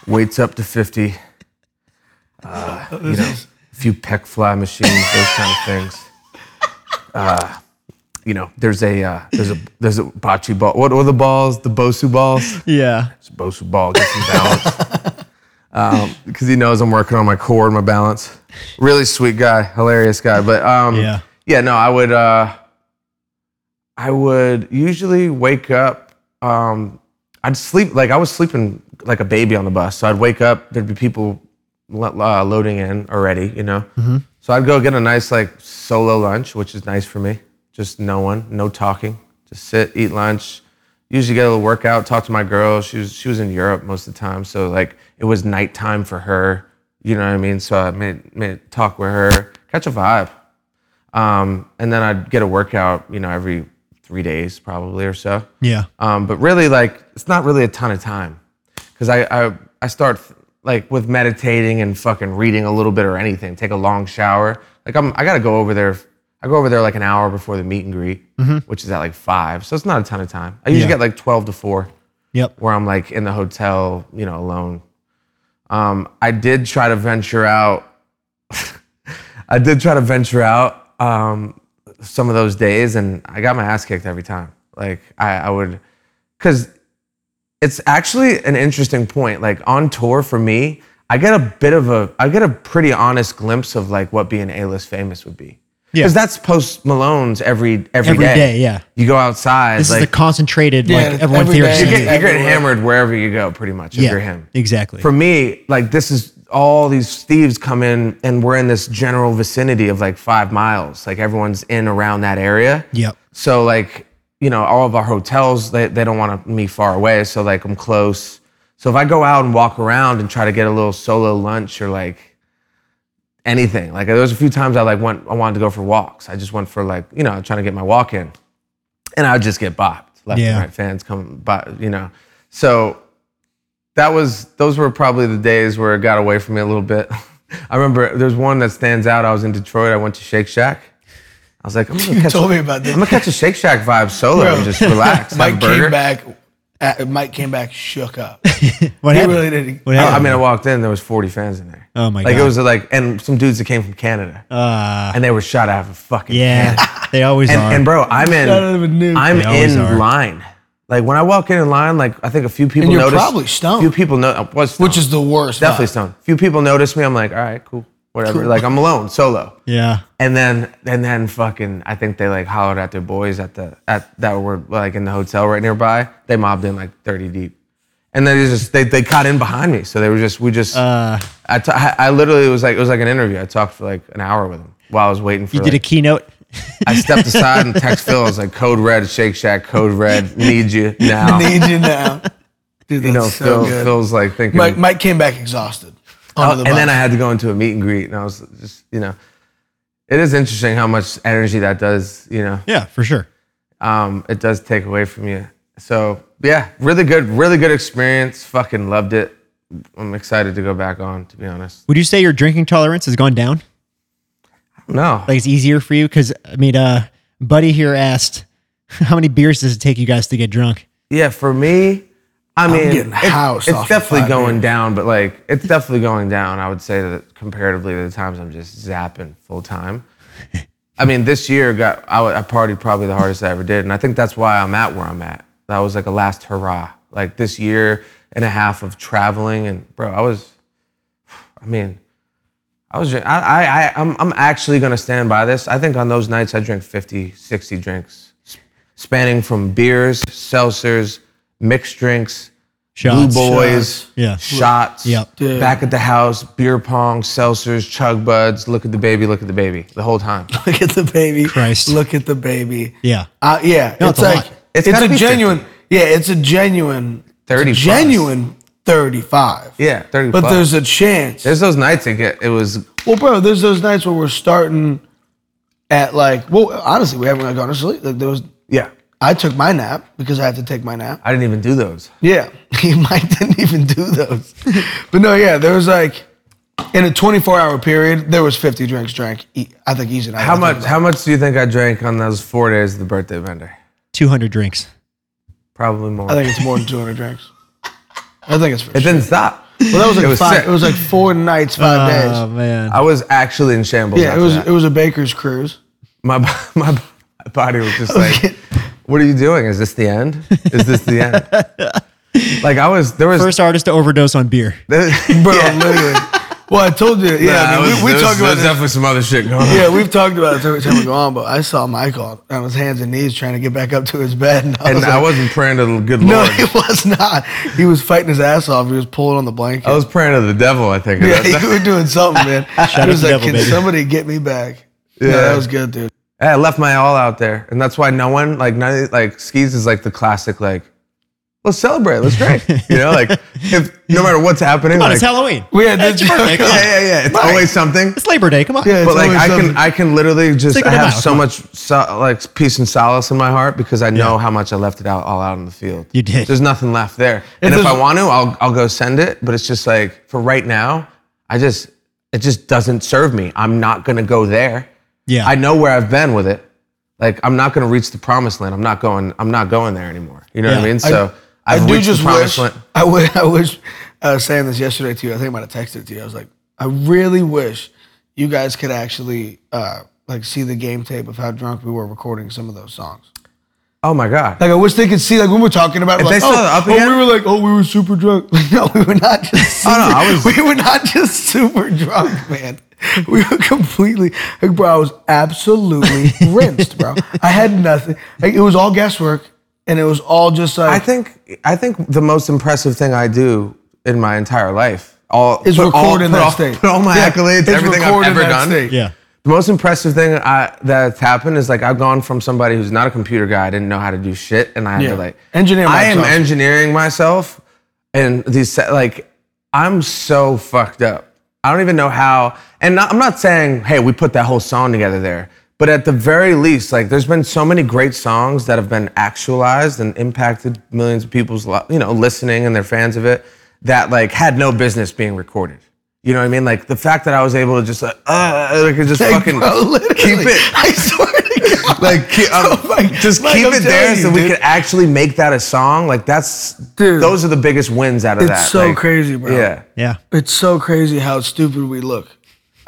Speaker 3: Weights up to 50. Uh, you know, a few pec fly machines, those kind of things. Uh, you know, there's a uh, there's a there's a bocce ball. What were the balls? The Bosu balls.
Speaker 1: Yeah.
Speaker 3: It's Bosu ball. Get some balance. Because he knows I'm working on my core and my balance. Really sweet guy, hilarious guy. But um,
Speaker 1: Yeah.
Speaker 3: yeah, no, I would. Uh, I would usually wake up. Um, I'd sleep like I was sleeping like a baby on the bus. So I'd wake up. There'd be people lo- uh, loading in already, you know. So I'd go get a nice like solo lunch, which is nice for me. Just no one, no talking. Just sit, eat lunch. Usually get a little workout. Talk to my girl. She was she was in Europe most of the time, so like it was nighttime for her. You know what I mean? So I made made talk with her, catch a vibe. Um, and then I'd get a workout, you know, every three days probably or so.
Speaker 1: Yeah.
Speaker 3: Um, but really, like, it's not really a ton of time because I, I I start like with meditating and fucking reading a little bit or anything. Take a long shower. Like I'm I gotta go over there. I go over there like an hour before the meet and greet, which is at like five. So it's not a ton of time. I
Speaker 1: Mm-hmm.
Speaker 3: usually
Speaker 1: Yeah.
Speaker 3: get like twelve to four
Speaker 1: Yep.
Speaker 3: where I'm like in the hotel, you know, alone. Um, I did try to venture out. I did try to venture out um, some of those days, and I got my ass kicked every time. Like I, I would, because it's actually an interesting point. Like on tour for me, I get a bit of a, I get a pretty honest glimpse of like what being A-list famous would be.
Speaker 1: Yeah.
Speaker 3: Because that's post Malone's every every
Speaker 1: Every
Speaker 3: day.
Speaker 1: day, yeah.
Speaker 3: You go outside.
Speaker 1: This
Speaker 3: like,
Speaker 1: is the concentrated
Speaker 4: Yeah,
Speaker 1: like everyone
Speaker 4: every
Speaker 1: theories.
Speaker 4: day.
Speaker 3: you get, you get
Speaker 4: Everywhere.
Speaker 3: hammered wherever you go, pretty much, if
Speaker 1: yeah.
Speaker 3: you're him.
Speaker 1: Exactly.
Speaker 3: For me, like this is all these thieves come in and we're in this general vicinity of like five miles. Like everyone's in around that area.
Speaker 1: Yep.
Speaker 3: So like, you know, all of our hotels, they, they don't want me far away. So like I'm close. So if I go out and walk around and try to get a little solo lunch or like anything. Like there was a few times I like went I wanted to go for walks. I just went for like, you know, trying to get my walk in. And I would just get bopped. Left
Speaker 1: Yeah.
Speaker 3: and right fans come by, you know. So that was those were probably the days where it got away from me a little bit. I remember there's one that stands out. I was in Detroit. I went to Shake Shack. I was like, I'm gonna catch
Speaker 4: Told me about this.
Speaker 3: I'm gonna catch a Shake Shack vibe solo
Speaker 4: Bro.
Speaker 3: and just relax. have a
Speaker 4: Mike
Speaker 3: burger.
Speaker 4: came back. uh, Mike came back shook up.
Speaker 1: what
Speaker 4: He
Speaker 1: happened?
Speaker 4: really did.
Speaker 1: What
Speaker 3: I, I
Speaker 1: happened?
Speaker 3: mean, I walked in. There was 40 fans in there.
Speaker 1: Oh my
Speaker 3: like, Like
Speaker 1: God.
Speaker 3: it was like, and some dudes that came from Canada,
Speaker 4: Uh,
Speaker 3: and they were shot out of a fucking cannon.
Speaker 1: yeah. They always
Speaker 3: And,
Speaker 1: are.
Speaker 3: and bro, I'm in.
Speaker 4: Shot out of a nuke.
Speaker 3: I'm
Speaker 1: They always
Speaker 3: in
Speaker 1: are.
Speaker 3: line. Like when I walk in in line, like I think a few people
Speaker 4: And you're
Speaker 3: noticed.
Speaker 4: probably stoned.
Speaker 3: Few people know. I was stoned.
Speaker 4: Which is the worst.
Speaker 3: definitely
Speaker 4: vibe.
Speaker 3: stoned. Few people notice me. I'm like, all right, cool. whatever. Like I'm alone, solo.
Speaker 1: Yeah.
Speaker 3: And then and then fucking I think they like hollered at their boys at the at that were like in the hotel right nearby. They mobbed in like 30 deep. And then they just they, they cut in behind me. So they were just we just uh, I, t- I I literally it was like it was like an interview. I talked for like an hour with them while I was waiting for
Speaker 1: You did a
Speaker 3: like-
Speaker 1: keynote.
Speaker 3: I stepped aside and text Phil. I was like, "Code red, Shake Shack, code red, need you now."
Speaker 4: Need you now. Dude, that's
Speaker 3: you know,
Speaker 4: so
Speaker 3: Phil,
Speaker 4: good.
Speaker 3: Phil's like thinking.
Speaker 4: Mike, Mike came back exhausted.
Speaker 3: Oh,
Speaker 4: onto the
Speaker 3: and then I
Speaker 4: bus.
Speaker 3: had to go into a meet and greet, and I was just, you know, it is interesting how much energy that does. You know,
Speaker 1: Yeah, for sure.
Speaker 3: um, it does take away from you. So yeah, really good, really good experience. Fucking loved it. I'm excited to go back on. To be honest,
Speaker 1: Would you say your drinking tolerance has gone down?
Speaker 3: no,
Speaker 1: Like it's easier for you? Because I mean, uh, buddy here asked, how many beers does it take you guys to get drunk?
Speaker 3: Yeah, for me, I mean,
Speaker 4: getting
Speaker 3: it's-
Speaker 4: housed
Speaker 3: it's
Speaker 4: off of
Speaker 3: definitely
Speaker 4: five
Speaker 3: going
Speaker 4: beers.
Speaker 3: down, but like, it's definitely going down. I would say that comparatively to the times I'm just zapping full time. I mean, this year got I, wa- I partied probably the hardest I ever did, and I think that's why I'm at where I'm at. That was like a last hurrah. Like this year and a half of traveling, and bro, I was, I mean. I was, drink- I, I, I, I'm, I'm actually gonna stand by this. I think on those nights I drink 50, 60 drinks spanning from beers, seltzers, mixed drinks,
Speaker 1: Shots.
Speaker 3: blue boys,
Speaker 4: Shots.
Speaker 1: Yeah.
Speaker 3: shots,
Speaker 1: Yep.
Speaker 4: Dude.
Speaker 3: back at the house, beer pong, seltzers, chug buds, look at the baby, look at the baby, the whole time.
Speaker 4: look at the baby.
Speaker 1: Christ.
Speaker 4: Look at the baby.
Speaker 1: Yeah.
Speaker 4: Uh, yeah.
Speaker 1: No,
Speaker 4: it's,
Speaker 1: it's a
Speaker 4: like
Speaker 1: lot.
Speaker 3: It's
Speaker 4: it's,
Speaker 3: gotta
Speaker 4: a
Speaker 3: be
Speaker 4: genuine. Yeah, it's a genuine. it's a
Speaker 3: 30 plus.
Speaker 4: genuine thirty-five.
Speaker 3: Yeah, 30
Speaker 4: But
Speaker 3: plus.
Speaker 4: there's a chance.
Speaker 3: There's those nights it get, it was,
Speaker 4: well, bro, there's those nights where we're starting at like. Well, honestly, we haven't like, gone to sleep. Like there was.
Speaker 3: yeah,
Speaker 4: I took my nap because I had to take my nap.
Speaker 3: I didn't even do those.
Speaker 4: Yeah, Mike didn't even do those. but no, yeah, there was like in a 24 hour period, there was 50 drinks drank. e- I think easy. night. I
Speaker 3: How
Speaker 4: think it
Speaker 3: much,
Speaker 4: was
Speaker 3: how much do you think I drank on those four days of the birthday vendor?
Speaker 1: 200 drinks.
Speaker 3: Probably more.
Speaker 4: I think it's more than 200 drinks. I think it's. For
Speaker 3: it
Speaker 4: sure.
Speaker 3: didn't stop.
Speaker 4: Well, that was like
Speaker 3: it was
Speaker 4: five.
Speaker 3: sick.
Speaker 4: It was like four nights, five
Speaker 1: Oh,
Speaker 4: days.
Speaker 1: man.
Speaker 3: I was actually in shambles.
Speaker 4: Yeah, it
Speaker 3: after
Speaker 4: was.
Speaker 3: that.
Speaker 4: It was a baker's cruise.
Speaker 3: my bo- my bo- my body was just like, "What are you doing? Is this the end? Is this the end?" like I was there was
Speaker 1: First artist to overdose on beer.
Speaker 4: Bro, literally. Well, I told you. Yeah, I
Speaker 3: Nah,
Speaker 4: mean,
Speaker 3: it was-
Speaker 4: we, we
Speaker 3: there
Speaker 4: talk
Speaker 3: was- there
Speaker 4: about
Speaker 3: was
Speaker 4: this.
Speaker 3: definitely some other shit going on.
Speaker 4: yeah, we've talked about it every time we go on. But I saw Michael on his hands and knees trying to get back up to his bed, and I
Speaker 3: and
Speaker 4: was like,
Speaker 3: I wasn't praying to the good
Speaker 4: No,
Speaker 3: Lord.
Speaker 4: he was not. He was fighting his ass off. He was pulling on the blanket.
Speaker 3: I was praying to the devil. I think.
Speaker 4: yeah, you were doing something, man.
Speaker 1: out
Speaker 4: He was
Speaker 1: to
Speaker 4: like,
Speaker 1: devil,
Speaker 4: "Can
Speaker 1: baby."
Speaker 4: somebody get me back?" Yeah,
Speaker 3: Yeah.
Speaker 4: that was good, dude.
Speaker 3: I left my all out there, and that's why no one like none of- like skis is like the classic like. Let's celebrate. Let's drink. You know, like if no matter what's happening,
Speaker 1: Come on,
Speaker 3: like,
Speaker 1: it's Halloween.
Speaker 4: We had
Speaker 1: It's
Speaker 4: this
Speaker 1: your birthday. Come
Speaker 3: yeah,
Speaker 1: on.
Speaker 3: yeah, yeah. It's always something.
Speaker 1: It's Labor Day. Come on.
Speaker 4: Yeah,
Speaker 3: but
Speaker 4: it's
Speaker 3: like
Speaker 4: always
Speaker 3: I
Speaker 4: something.
Speaker 3: can, I can literally just
Speaker 1: Cinco
Speaker 3: I
Speaker 1: de
Speaker 3: have
Speaker 1: Mayo,
Speaker 3: so
Speaker 1: come on.
Speaker 3: much so, like peace and solace in my heart because I know how much I left it out all out on the field.
Speaker 1: You did.
Speaker 3: There's nothing left there, and if
Speaker 4: there's-
Speaker 3: I want to, I'll I'll go send it. But it's just like for right now, I just it just doesn't serve me. I'm not gonna go there.
Speaker 1: Yeah.
Speaker 3: I know where I've been with it. Like I'm not gonna reach the promised land. I'm not going. I'm not going there anymore. You know what I
Speaker 1: Yeah.
Speaker 3: mean? So I,
Speaker 4: I
Speaker 3: have
Speaker 4: do
Speaker 3: reached
Speaker 4: just
Speaker 3: the promised
Speaker 4: wish.
Speaker 3: land.
Speaker 4: I wish. I wish. I was saying this yesterday to you. I think I might have texted it to you. I was like, I really wish you guys could actually uh, like see the game tape of how drunk we were recording some of those songs.
Speaker 3: Oh my god.
Speaker 4: Like I wish they could see like when we're talking about
Speaker 3: If
Speaker 4: like
Speaker 3: they
Speaker 4: oh,
Speaker 3: saw it up
Speaker 4: oh,
Speaker 3: again-
Speaker 4: we were like oh we were super drunk. no, we were not just super,
Speaker 3: Oh, no, I was-
Speaker 4: we were not just super drunk, man. We were completely like bro, I was absolutely rinsed, bro. I had nothing. Like, it was all guesswork and it was all just like
Speaker 3: I think I think the most impressive thing I do in my entire life all
Speaker 4: is
Speaker 3: put all-
Speaker 4: recording
Speaker 3: put
Speaker 4: that
Speaker 3: all,
Speaker 4: state.
Speaker 3: Put all my
Speaker 4: Yeah,
Speaker 3: accolades,
Speaker 4: it's
Speaker 3: everything I've
Speaker 4: recording
Speaker 3: ever
Speaker 4: that
Speaker 3: done.
Speaker 4: state.
Speaker 1: Yeah.
Speaker 3: The most impressive thing I, that's happened is like I've gone from somebody who's not a computer guy, I didn't know how to do shit, and I had
Speaker 4: Yeah.
Speaker 3: to like
Speaker 4: Engineer
Speaker 3: I am
Speaker 4: myself.
Speaker 3: engineering myself, and these se- like I'm so fucked up. I don't even know how. And not, I'm not saying hey, we put that whole song together there, but at the very least, like there's been so many great songs that have been actualized and impacted millions of people's li- you know listening and their fans of it that like had no business being recorded. You know what I mean? Like the fact that I was able to just like, uh, like just
Speaker 4: Like,
Speaker 3: fucking
Speaker 4: bro, literally.
Speaker 3: keep it
Speaker 4: I swear to God.
Speaker 3: like ke- um,
Speaker 4: Oh my-
Speaker 3: just
Speaker 4: Mike,
Speaker 3: keep
Speaker 4: I'm
Speaker 3: it there
Speaker 4: telling
Speaker 3: so
Speaker 4: you,
Speaker 3: we
Speaker 4: dude.
Speaker 3: can actually make that a song like that's
Speaker 4: Dude.
Speaker 3: those are the biggest wins out of
Speaker 4: It's
Speaker 3: that
Speaker 4: so
Speaker 3: like,
Speaker 4: crazy, bro.
Speaker 3: yeah
Speaker 1: Yeah.
Speaker 4: It's so crazy how stupid we look.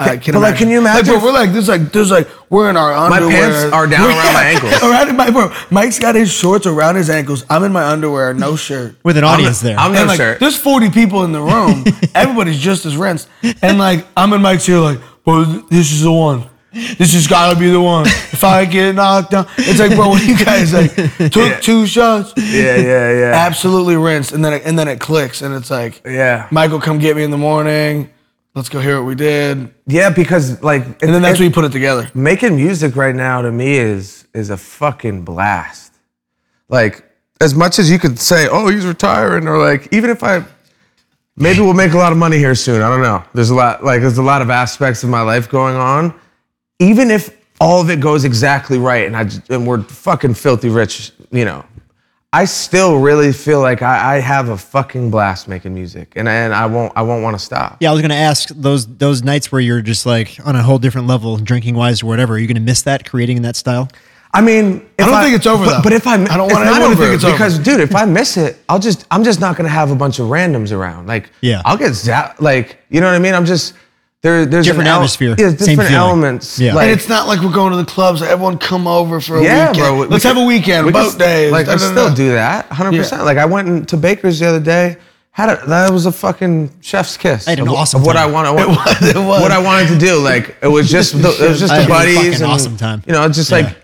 Speaker 4: I can
Speaker 3: but, like, can you imagine
Speaker 4: Like,
Speaker 3: if-
Speaker 4: bro, we're like this, like there's like we're in our
Speaker 3: my
Speaker 4: underwear.
Speaker 3: pants are down around my ankles
Speaker 4: around my bro. Mike's got his shorts around his ankles. I'm in my underwear, no shirt.
Speaker 1: With an
Speaker 3: I'm,
Speaker 1: audience there.
Speaker 3: I'm no
Speaker 4: and like,
Speaker 3: shirt
Speaker 4: there's 40 people in the room. Everybody's just as rinsed. And like, I'm in Mike's ear, like, well, this is the one. This has got to be the one. If I get knocked down, it's like, bro, when you guys like took two shots,
Speaker 3: Yeah, yeah, yeah.
Speaker 4: absolutely rinsed, and then it, and then it clicks, and it's like,
Speaker 3: Yeah.
Speaker 4: Michael, come get me in the morning. Let's go hear what we did, and
Speaker 3: Yeah, because like, and
Speaker 4: then that's when you put it together.
Speaker 3: making music right now to me is is a fucking blast. Like,
Speaker 6: As much as you could say, oh, he's retiring, or like, even if I,
Speaker 3: maybe we'll make a lot of money here soon. I don't know. There's a lot like there's a lot of aspects of my life going on. Even if all of it goes exactly right, and I j- and we're fucking filthy rich, you know, I still really feel like I, I have a fucking blast making music, and and I won't I won't want to stop.
Speaker 7: Yeah, I was gonna ask those those nights where you're just like on a whole different level, drinking wise or whatever. Are you gonna miss that creating in that style?
Speaker 3: I mean, if
Speaker 4: don't think it's over,
Speaker 3: But,
Speaker 4: though.
Speaker 3: but if I,
Speaker 4: I don't
Speaker 3: if
Speaker 4: want
Speaker 3: not
Speaker 4: anyone to
Speaker 3: over,
Speaker 4: think it's over.
Speaker 3: because, dude, if I miss it, I'll just, I'm just not gonna have a bunch of randoms around. Like,
Speaker 7: Yeah.
Speaker 3: I'll get zapped. Like, you know what I mean? I'm just there. There's an
Speaker 7: Different
Speaker 3: ele-
Speaker 7: atmosphere,
Speaker 3: yeah,
Speaker 7: same
Speaker 3: different
Speaker 7: feeling.
Speaker 3: elements.
Speaker 7: Yeah.
Speaker 4: And it's not like we're going to the clubs. Like, everyone come over for a
Speaker 3: yeah,
Speaker 4: weekend.
Speaker 3: bro. we-
Speaker 4: Let's
Speaker 3: we
Speaker 4: have
Speaker 3: could-
Speaker 4: a weekend,
Speaker 3: we could
Speaker 4: boat
Speaker 3: st-
Speaker 4: days.
Speaker 3: Like,
Speaker 4: da,
Speaker 3: I
Speaker 4: da, da,
Speaker 3: still
Speaker 4: da.
Speaker 3: do that, hundred percent.
Speaker 4: Yeah.
Speaker 3: Like, I went in- to Baker's the other day. Had a, that was a fucking chef's kiss.
Speaker 7: I had an
Speaker 3: of, wh-
Speaker 7: awesome
Speaker 3: of what
Speaker 7: time.
Speaker 3: I want. It was,
Speaker 4: it was.
Speaker 3: What I wanted to do. Like, it was just, the, it was just
Speaker 7: I
Speaker 3: the
Speaker 7: had a
Speaker 3: buddies.
Speaker 7: fucking
Speaker 3: and,
Speaker 7: awesome time.
Speaker 3: You know, it's just
Speaker 7: Yeah.
Speaker 3: like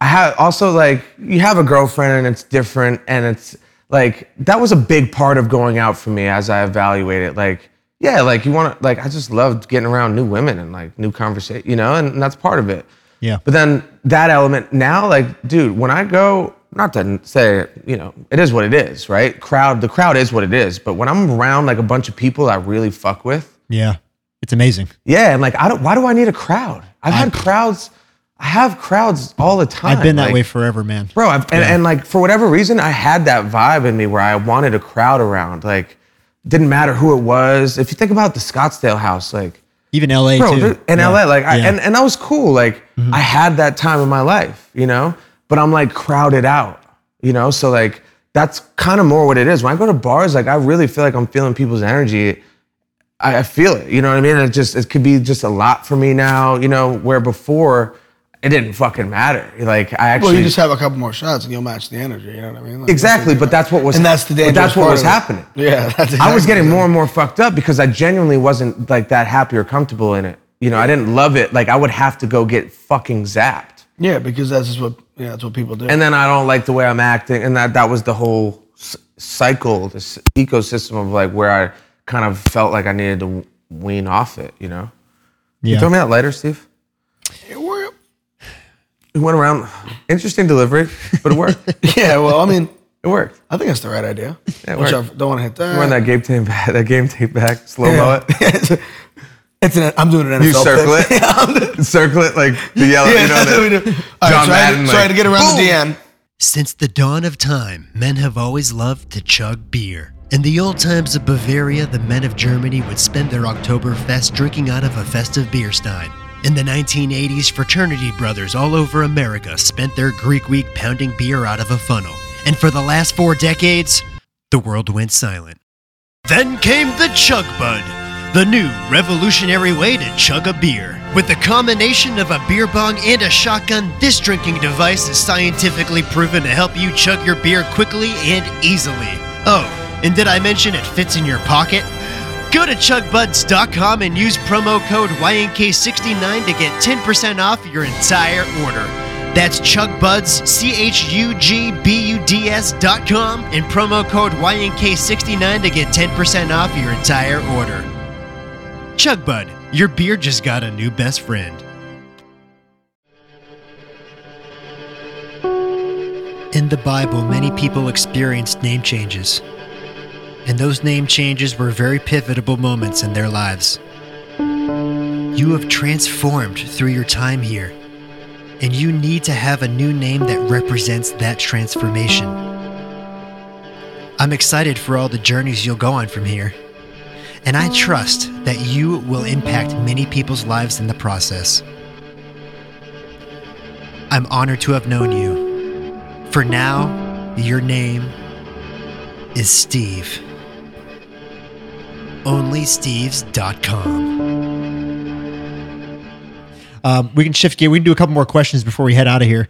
Speaker 3: I have also like you have a girlfriend and it's different and it's like that was a big part of going out for me as I evaluate it. Like yeah, like you want to like I just loved getting around new women and like new conversation, you know, and, that's part of it.
Speaker 7: Yeah.
Speaker 3: But then that element now, like dude, when I go, not to say you know it is what it is, right? Crowd, the crowd is what it is. But when I'm around like a bunch of people I really fuck with,
Speaker 7: Yeah, it's amazing.
Speaker 3: yeah, and like I don't. Why do I need a crowd? I've had crowds. I have crowds all the time.
Speaker 7: I've been that
Speaker 3: like-
Speaker 7: way forever, man.
Speaker 3: bro. I've, and, and like for whatever reason, I had that vibe in me where I wanted a crowd around. Like, didn't matter who it was. If you think about the Scottsdale house, like,
Speaker 7: Even L.A.
Speaker 3: bro,
Speaker 7: too.
Speaker 3: dude, in
Speaker 7: Yeah.
Speaker 3: LA, like, I,
Speaker 7: Yeah.
Speaker 3: and and that was cool. Like,
Speaker 4: Mm-hmm.
Speaker 3: I had that time in my life, you know. But I'm like crowded out, you know. So like that's kind of more what it is. When I go to bars, like I really feel like I'm feeling people's energy. I, I feel it. You know what I mean? It just it could be just a lot for me now. You know where before it didn't fucking matter. Like I actually
Speaker 4: Well, you just have a couple more shots and you'll match the energy. You know what I mean? Like,
Speaker 3: Exactly, but that's what was
Speaker 4: And that's the
Speaker 3: but
Speaker 4: dangerous
Speaker 3: that's what
Speaker 4: part
Speaker 3: was
Speaker 4: of it.
Speaker 3: happening.
Speaker 4: Yeah, that's
Speaker 3: I was
Speaker 4: exactly
Speaker 3: getting
Speaker 4: it.
Speaker 3: more and more fucked up because I genuinely wasn't like that happy or comfortable in it. You know, I didn't love it. Like I would have to go get fucking zapped,
Speaker 4: Yeah, because that's just what yeah, that's what people do.
Speaker 3: and then I don't like the way I'm acting, and that that was the whole s- cycle, this ecosystem of like where I kind of felt like I needed to wean off it. You know, you
Speaker 7: Yeah.
Speaker 3: throw me that lighter, Steve. It went around. Interesting delivery, but it worked. it
Speaker 4: yeah, well, I mean,
Speaker 3: worked.
Speaker 4: I think that's the right idea.
Speaker 3: Yeah, it
Speaker 4: Which I
Speaker 3: worked.
Speaker 4: don't want to hit that.
Speaker 3: Run that game tape back. That game tape back. Slow mo
Speaker 4: Yeah.
Speaker 3: it.
Speaker 4: it's, a- it's an. I'm doing an NFL.
Speaker 6: you circle
Speaker 4: pick.
Speaker 6: it, circle it like the
Speaker 3: Oh,
Speaker 6: yellow,
Speaker 4: Yeah,
Speaker 6: you know,
Speaker 4: that's what we
Speaker 6: the,
Speaker 4: do. All right,
Speaker 6: John
Speaker 4: so I had to-
Speaker 6: Madden,
Speaker 4: so I had to
Speaker 6: like,
Speaker 4: get around the
Speaker 6: boom.
Speaker 4: DN.
Speaker 2: Since the dawn of time, men have always loved to chug beer. In the old times of Bavaria, the men of Germany would spend their Oktoberfest drinking out of a festive beer stein. In the 1980s, fraternity brothers all over America spent their Greek week pounding beer out of a funnel. And for the last four decades, the world went silent. Then came the Chug Bud, the new revolutionary way to chug a beer. With the combination of a beer bong and a shotgun, this drinking device is scientifically proven to help you chug your beer quickly and easily. Oh, and did I mention it fits in your pocket? Go to chugbuds.com and use promo code YNK69 to get 10% off your entire order. That's chugbuds, C H U G B U D S dot com, and promo code YNK69 to get 10% off your entire order. Chugbud, your beer just got a new best friend. In the Bible, many people experienced name changes and those name changes were very pivotal moments in their lives. You have transformed through your time here, and you need to have a new name that represents that transformation. I'm excited for all the journeys you'll go on from here, and I trust that you will impact many people's lives in the process. I'm honored to have known you. For now, your name is Steve. OnlySteves.com.
Speaker 7: Um, we can shift gear. We can do a couple more questions before we head out of here.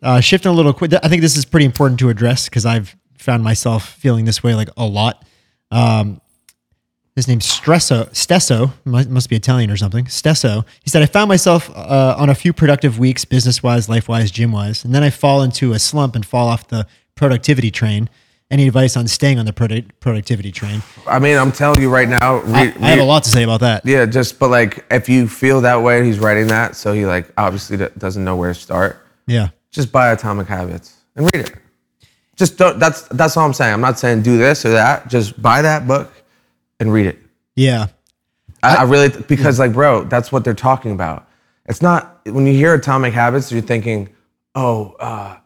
Speaker 7: Uh, shifting a little quick. I think this is pretty important to address because I've found myself feeling this way like a lot. Um,
Speaker 2: His name's Stresso, Stesso, mu- must be Italian or something. Stesso. He said, I found myself uh, on a few productive weeks, business wise, life wise, gym wise, and then I fall into a slump and fall off the productivity train. Any advice on staying on the product- productivity train?
Speaker 3: I mean, I'm telling you right now.
Speaker 2: I,
Speaker 3: Read,
Speaker 2: I have a lot to say about that.
Speaker 3: Yeah, just but like if you feel that way, he's writing that, so he like obviously do- doesn't know where to start.
Speaker 2: Yeah.
Speaker 3: Just buy Atomic Habits and read it. Just don't. That's that's all I'm saying. I'm not saying do this or that. Just buy that book and read it.
Speaker 2: Yeah.
Speaker 3: I, I really because like bro, that's what they're talking about. It's not when you hear Atomic Habits, you're thinking, oh, uh,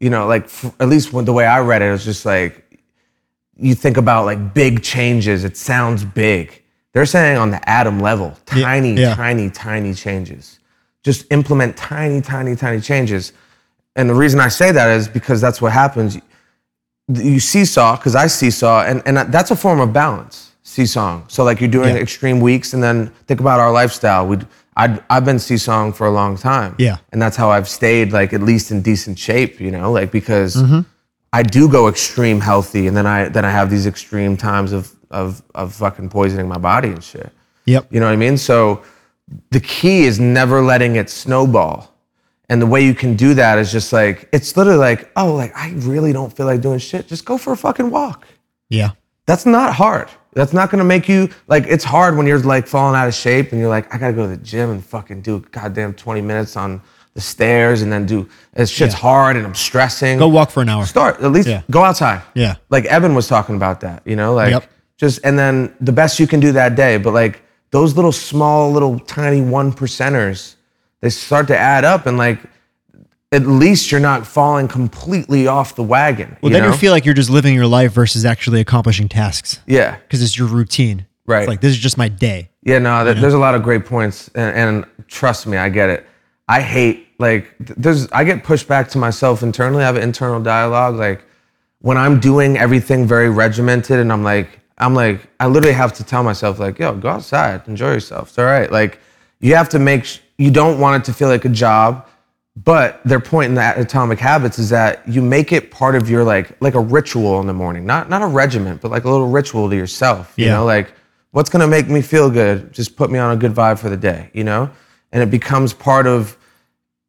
Speaker 3: you know, like f- at least when, the way I read it, it was just like you think about like big changes. It sounds big. They're saying on the atom level, tiny,
Speaker 2: yeah.
Speaker 3: tiny, tiny changes. Just implement tiny, tiny, tiny changes. And the reason I say that is because that's what happens. You seesaw, because I seesaw, and, and that's a form of balance, seesawing. So like you're doing
Speaker 2: Yeah.
Speaker 3: extreme weeks, and then think about our lifestyle. We'd, I'd, I've been seesawing for a long time.
Speaker 2: Yeah.
Speaker 3: And that's how I've stayed like at least in decent shape, you know, like because
Speaker 2: Mm-hmm.
Speaker 3: I do go extreme healthy, and then I then I have these extreme times of of of fucking poisoning my body and shit.
Speaker 2: Yep.
Speaker 3: You know what I mean? So the key is never letting it snowball. And the way you can do that is just like it's literally like, oh, like I really don't feel like doing shit. Just go for a fucking walk.
Speaker 2: Yeah.
Speaker 3: That's not hard. That's not gonna make you like it's hard when you're like falling out of shape and you're like, I gotta go to the gym and fucking do goddamn 20 minutes on the stairs and then do it's shit's hard and I'm stressing.
Speaker 2: Go walk for an hour.
Speaker 3: Start at least
Speaker 2: Yeah.
Speaker 3: go outside.
Speaker 2: Yeah.
Speaker 3: Like Evan was talking about that, you know, like
Speaker 2: Yep.
Speaker 3: just and then the best you can do that day. But like those little small, little tiny one percenters, they start to add up and like at least you're not falling completely off the wagon.
Speaker 2: Well,
Speaker 3: you
Speaker 2: then
Speaker 3: know?
Speaker 2: you feel like you're just living your life versus actually accomplishing tasks
Speaker 3: yeah.
Speaker 2: because it's your routine. It's
Speaker 3: Right.
Speaker 2: like, this is just my day.
Speaker 3: Yeah, no, th- there's a lot of great points, and, and trust me, I get it. I hate like th- there's I get pushed back to myself internally. I have an internal dialogue like when I'm doing everything very regimented, and I'm like I'm like I literally have to tell myself like, yo, go outside, enjoy yourself. It's all right. Like you have to make sh- you don't want it to feel like a job. But their point in that Atomic Habits is that you make it part of your like like a ritual in the morning, not not a regiment, but like a little ritual to yourself. You
Speaker 2: Yeah.
Speaker 3: know, like what's gonna make me feel good? Just put me on a good vibe for the day. You know, and it becomes part of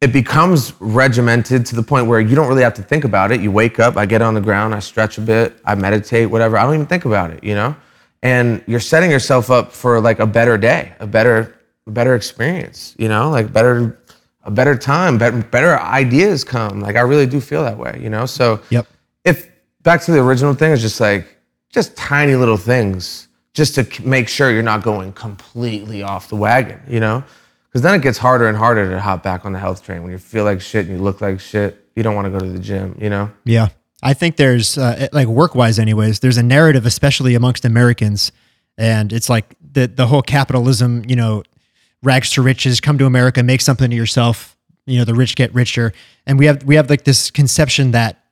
Speaker 3: it becomes regimented to the point where you don't really have to think about it. You wake up, I get on the ground, I stretch a bit, I meditate, whatever. I don't even think about it, you know? And you're setting yourself up for like a better day, a better a better experience, you know? Like better a better time, better, better ideas come. Like I really do feel that way, you know? So
Speaker 2: Yep.
Speaker 3: if back to the original thing it's just like just tiny little things just to k- make sure you're not going completely off the wagon you know because then it gets harder and harder to hop back on the health train when you feel like shit and you look like shit you don't want to go to the gym you know
Speaker 2: Yeah. I think there's, uh, like work wise, anyways, there's a narrative, especially amongst Americans. And it's like the, the whole capitalism, you know, rags to riches, come to America, make something of yourself. You know, the rich get richer. And we have, we have like this conception that,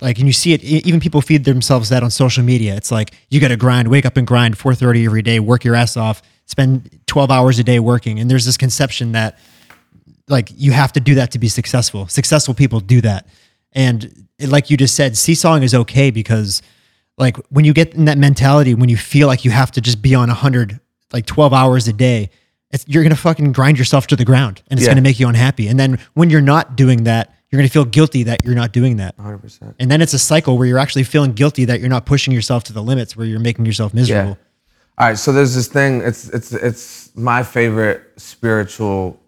Speaker 2: like, and you see it, e- even people feed themselves that on social media. It's like, you got to grind, wake up and grind 4.30 every day, work your ass off, spend 12 hours a day working. And there's this conception that, like you have to do that to be successful. Successful people do that. And it- like you just said, seesawing is okay because like when you get in that mentality, when you feel like you have to just be on hundred, like 12 hours a day, it's, you're going to fucking grind yourself to the ground and it's
Speaker 3: Yeah.
Speaker 2: going to make you unhappy. And then when you're not doing that, you're going to feel guilty that you're not doing that.
Speaker 3: 100%
Speaker 2: And then it's a cycle where you're actually feeling guilty that you're not pushing yourself to the limits where you're making yourself miserable.
Speaker 3: all right so there's this thing it's it's it's my favorite spiritual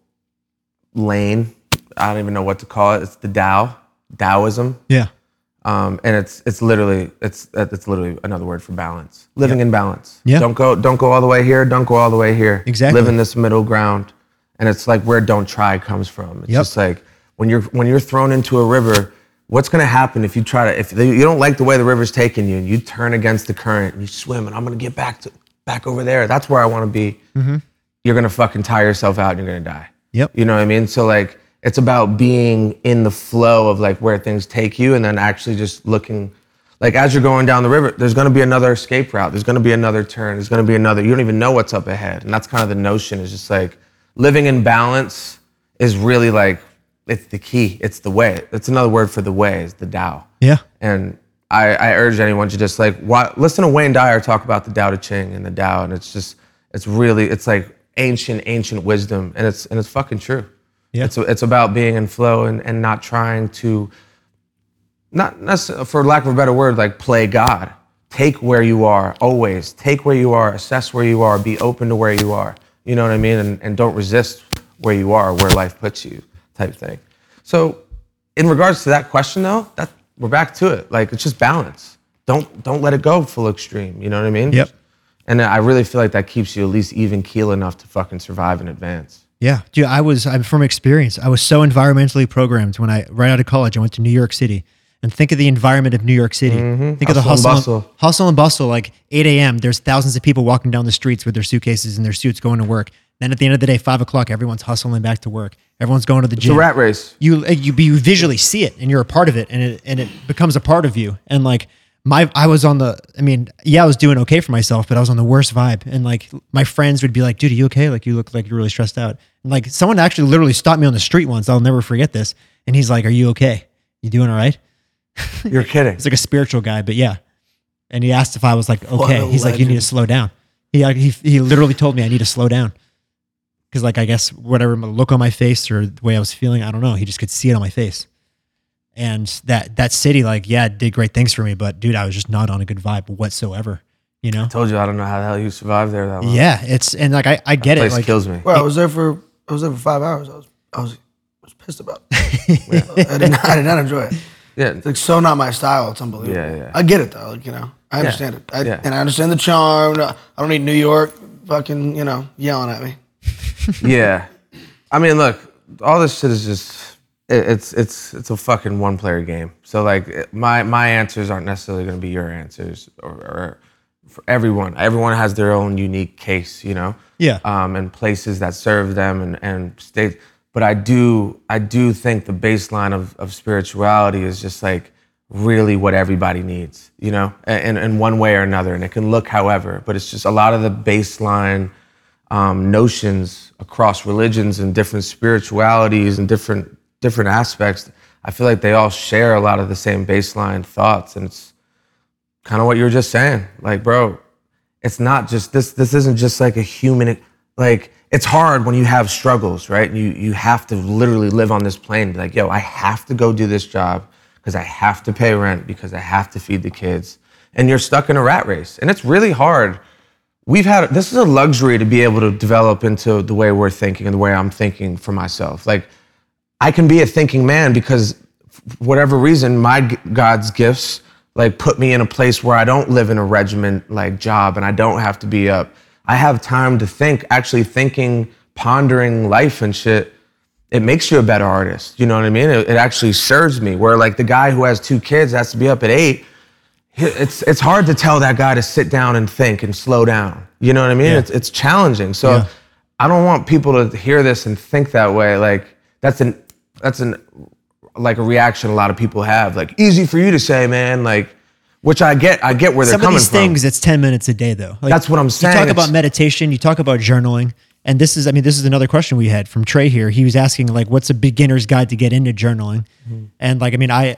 Speaker 3: lane i don't even know what to call it it's the dao taoism
Speaker 2: Yeah.
Speaker 3: um, and it's it's literally it's it's literally another word for balance. Living in balance.
Speaker 2: Yeah.
Speaker 3: Don't go don't go all the way here. Don't go all the way here.
Speaker 2: Exactly.
Speaker 3: Live in this middle ground, and it's like where "don't try" comes from. It's
Speaker 2: Yep.
Speaker 3: just like when you're when you're thrown into a river. What's gonna happen if you try to if you don't like the way the river's taking you and you turn against the current and you swim and I'm gonna get back to back over there. That's where I want to be. You're gonna fucking tire yourself out and you're gonna die.
Speaker 2: Mm-hmm. Yep.
Speaker 3: You know what I mean? So like it's about being in the flow of like where things take you and then actually just looking like as you're going down the river, there's gonna be another escape route. There's gonna be another turn. There's gonna be another. You don't even know what's up ahead. And that's kind of the notion is just like living in balance is really like it's the key. It's the way. It's another word for the way is the Tao.
Speaker 2: Yeah.
Speaker 3: And I, I urge anyone to just like wa listen to Wayne Dyer talk about the Tao Te Ching and the Tao, and it's just it's really it's like ancient ancient wisdom, and it's and it's fucking true.
Speaker 2: Yeah.
Speaker 3: It's it's about being in flow and, and not trying to not necessarily, for lack of a better word, like play God. Take where you are always. Take where you are. Assess where you are. Be open to where you are. You know what I mean? And, and don't resist where you are, where life puts you, type thing. So, in regards to that question, though, that we're back to it. Like it's just balance. Don't don't let it go full extreme. You know what I mean?
Speaker 2: Yep.
Speaker 3: And I really feel like that keeps you at least even keel enough to fucking survive and advance.
Speaker 2: Yeah, dude, I was I'm from experience. I was so environmentally programmed when I right out of college. I went to New York City, and think of the environment of New York City. Think of the
Speaker 3: Mm-hmm. Hustle and
Speaker 2: hustle,
Speaker 3: bustle.
Speaker 2: hustle and bustle. Like 8 a.m. There's thousands of people walking down the streets with their suitcases and their suits going to work. Then at the end of the day, five o'clock, everyone's hustling back to work. Everyone's going to the
Speaker 3: It's
Speaker 2: gym.
Speaker 3: a rat race.
Speaker 2: you you you visually see it and you're a part of it and it and it becomes a part of you and like my I was on the I mean yeah I was doing okay for myself but I was on the worst vibe and like my friends would be like dude are you okay like you look like you're really stressed out and like someone actually literally stopped me on the street once I'll never forget this and he's like are you okay you doing all right
Speaker 3: You're kidding.
Speaker 2: it's like a spiritual guy but yeah and he asked if I was like
Speaker 4: What
Speaker 2: okay
Speaker 4: a
Speaker 2: he's like you need to
Speaker 4: legend.
Speaker 2: slow down he like, he he literally told me I need to slow down because like I guess whatever my look on my face or the way I was feeling, I don't know. He just could see it on my face, and that that city, like yeah, it did great things for me, but dude, I was just not on a good vibe whatsoever. You know?
Speaker 3: Told you I don't know how the hell you survived there that long.
Speaker 2: Yeah, it's and like I, I get it.
Speaker 3: Place
Speaker 2: Like,
Speaker 3: kills me.
Speaker 4: Well, I was there for I was there for five hours. I was I was, I was pissed about. It. I did not I did not enjoy it.
Speaker 3: Yeah.
Speaker 4: It's like so not my style. It's unbelievable.
Speaker 3: Yeah, yeah.
Speaker 4: I get it though. Like, you know, I understand it. I,
Speaker 3: yeah.
Speaker 4: And I understand the charm. No, I don't need New York fucking you know yelling at me.
Speaker 3: yeah. I mean, look, all this shit is just it, it's it's it's a fucking one player game. So like it- my my answers aren't necessarily going to be your answers or, or for everyone. Everyone has their own unique case, you know.
Speaker 2: Yeah.
Speaker 3: Um, and places that serve them and and states. But I do I do think the baseline of of spirituality is just like really what everybody needs, you know, in, in one way or another. And it can look however, but it's just a lot of the baseline um, notions across religions and different spiritualities and different different aspects. I feel like they all share a lot of the same baseline thoughts, and it's kind of what you were just saying. Like, bro, it's not just this. This isn't just like a human. Like, it's hard when you have struggles, right? You you have to literally live on this plane. Be like, yo, I have to go do this job because I have to pay rent because I have to feed the kids, and you're stuck in a rat race, and it's really hard we've had this is a luxury to be able to develop into the way we're thinking and the way I'm thinking for myself. Like I can be a thinking man because f- whatever reason my g- God's gifts like put me in a place where I don't live in a regiment like job and I don't have to be up. I have time to think, actually thinking, pondering life and shit. It makes you a better artist. You know what I mean? It, it actually serves me. Where like the guy who has two kids has to be up at eight it's it's hard to tell that guy to sit down and think and slow down. You know what I mean? It's it's challenging. So I don't want people to hear this and think that way. Like that's an that's an like a reaction a lot of people have. Like easy for you to say, man. Like which I get. I get where they're
Speaker 2: Some of
Speaker 3: coming
Speaker 2: these
Speaker 3: from.
Speaker 2: things, it's ten minutes a day though. Like,
Speaker 3: That's what I'm saying.
Speaker 2: You talk
Speaker 3: It's-
Speaker 2: about meditation. You talk about journaling. And this is, I mean, this is another question we had from Trey here. He was asking like, what's a beginner's guide to get into journaling? And like, I mean, I,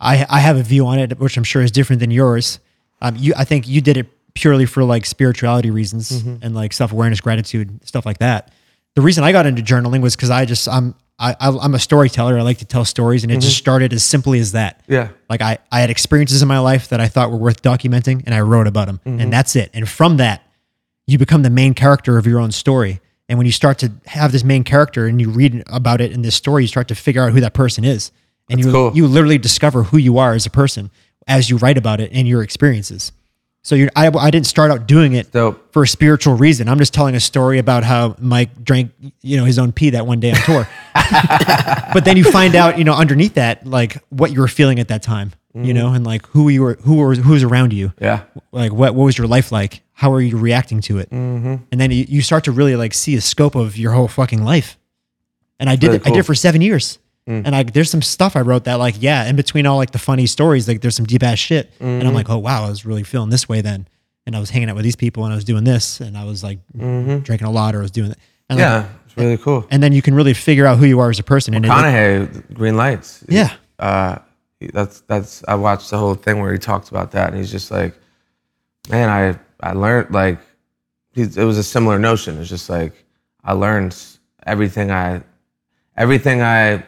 Speaker 2: I, I have a view on it, which I'm sure is different than yours. Um, you, I think you did it purely for like spirituality reasons and like self awareness, gratitude, stuff like that. The reason I got into journaling was because I just, I'm, I, I- I'm a storyteller. I like to tell stories, and it just started as simply as that.
Speaker 3: Yeah.
Speaker 2: Like I, I had experiences in my life that I thought were worth documenting, and I wrote about them, and that's it. And from that, you become the main character of your own story. And when you start to have this main character and you read about it in this story, you start to figure out who that person is. And you
Speaker 3: cool.
Speaker 2: you literally discover who you are as a person as you write about it and your experiences. So you're, I, I didn't start out doing it
Speaker 3: Dope.
Speaker 2: for a spiritual reason. I'm just telling a story about how Mike drank, you know, his own pee that one day on tour. but then you find out, you know, underneath that, like what you were feeling at that time, you know, and like who you were, who were, who's around you
Speaker 3: Mm-hmm. yeah.
Speaker 2: like what what was your life like how are you reacting to it
Speaker 3: Mm-hmm.
Speaker 2: and then you, you start to really like see a scope of your whole fucking life and i did
Speaker 3: Very
Speaker 2: it, i did
Speaker 3: cool. Mm.
Speaker 2: it for seven years and like there's some stuff i wrote that like yeah in between all like the funny stories like there's some deep ass shit and
Speaker 3: Mm-hmm.
Speaker 2: i'm like oh wow i was really feeling this way then and i was hanging out with these people and i was doing this and i was like drinking a lot or i was doing that and, like,
Speaker 3: Mm-hmm. Yeah. It's really cool.
Speaker 2: and then you can really figure out who you are as a person and it-
Speaker 3: Conahay, Green Lights.
Speaker 2: yeah
Speaker 3: Uh, He- That's that's I watched the whole thing where he talks about that, and he's just like, man, I I learned like he's, it was a similar notion. It's just like I learned everything I everything I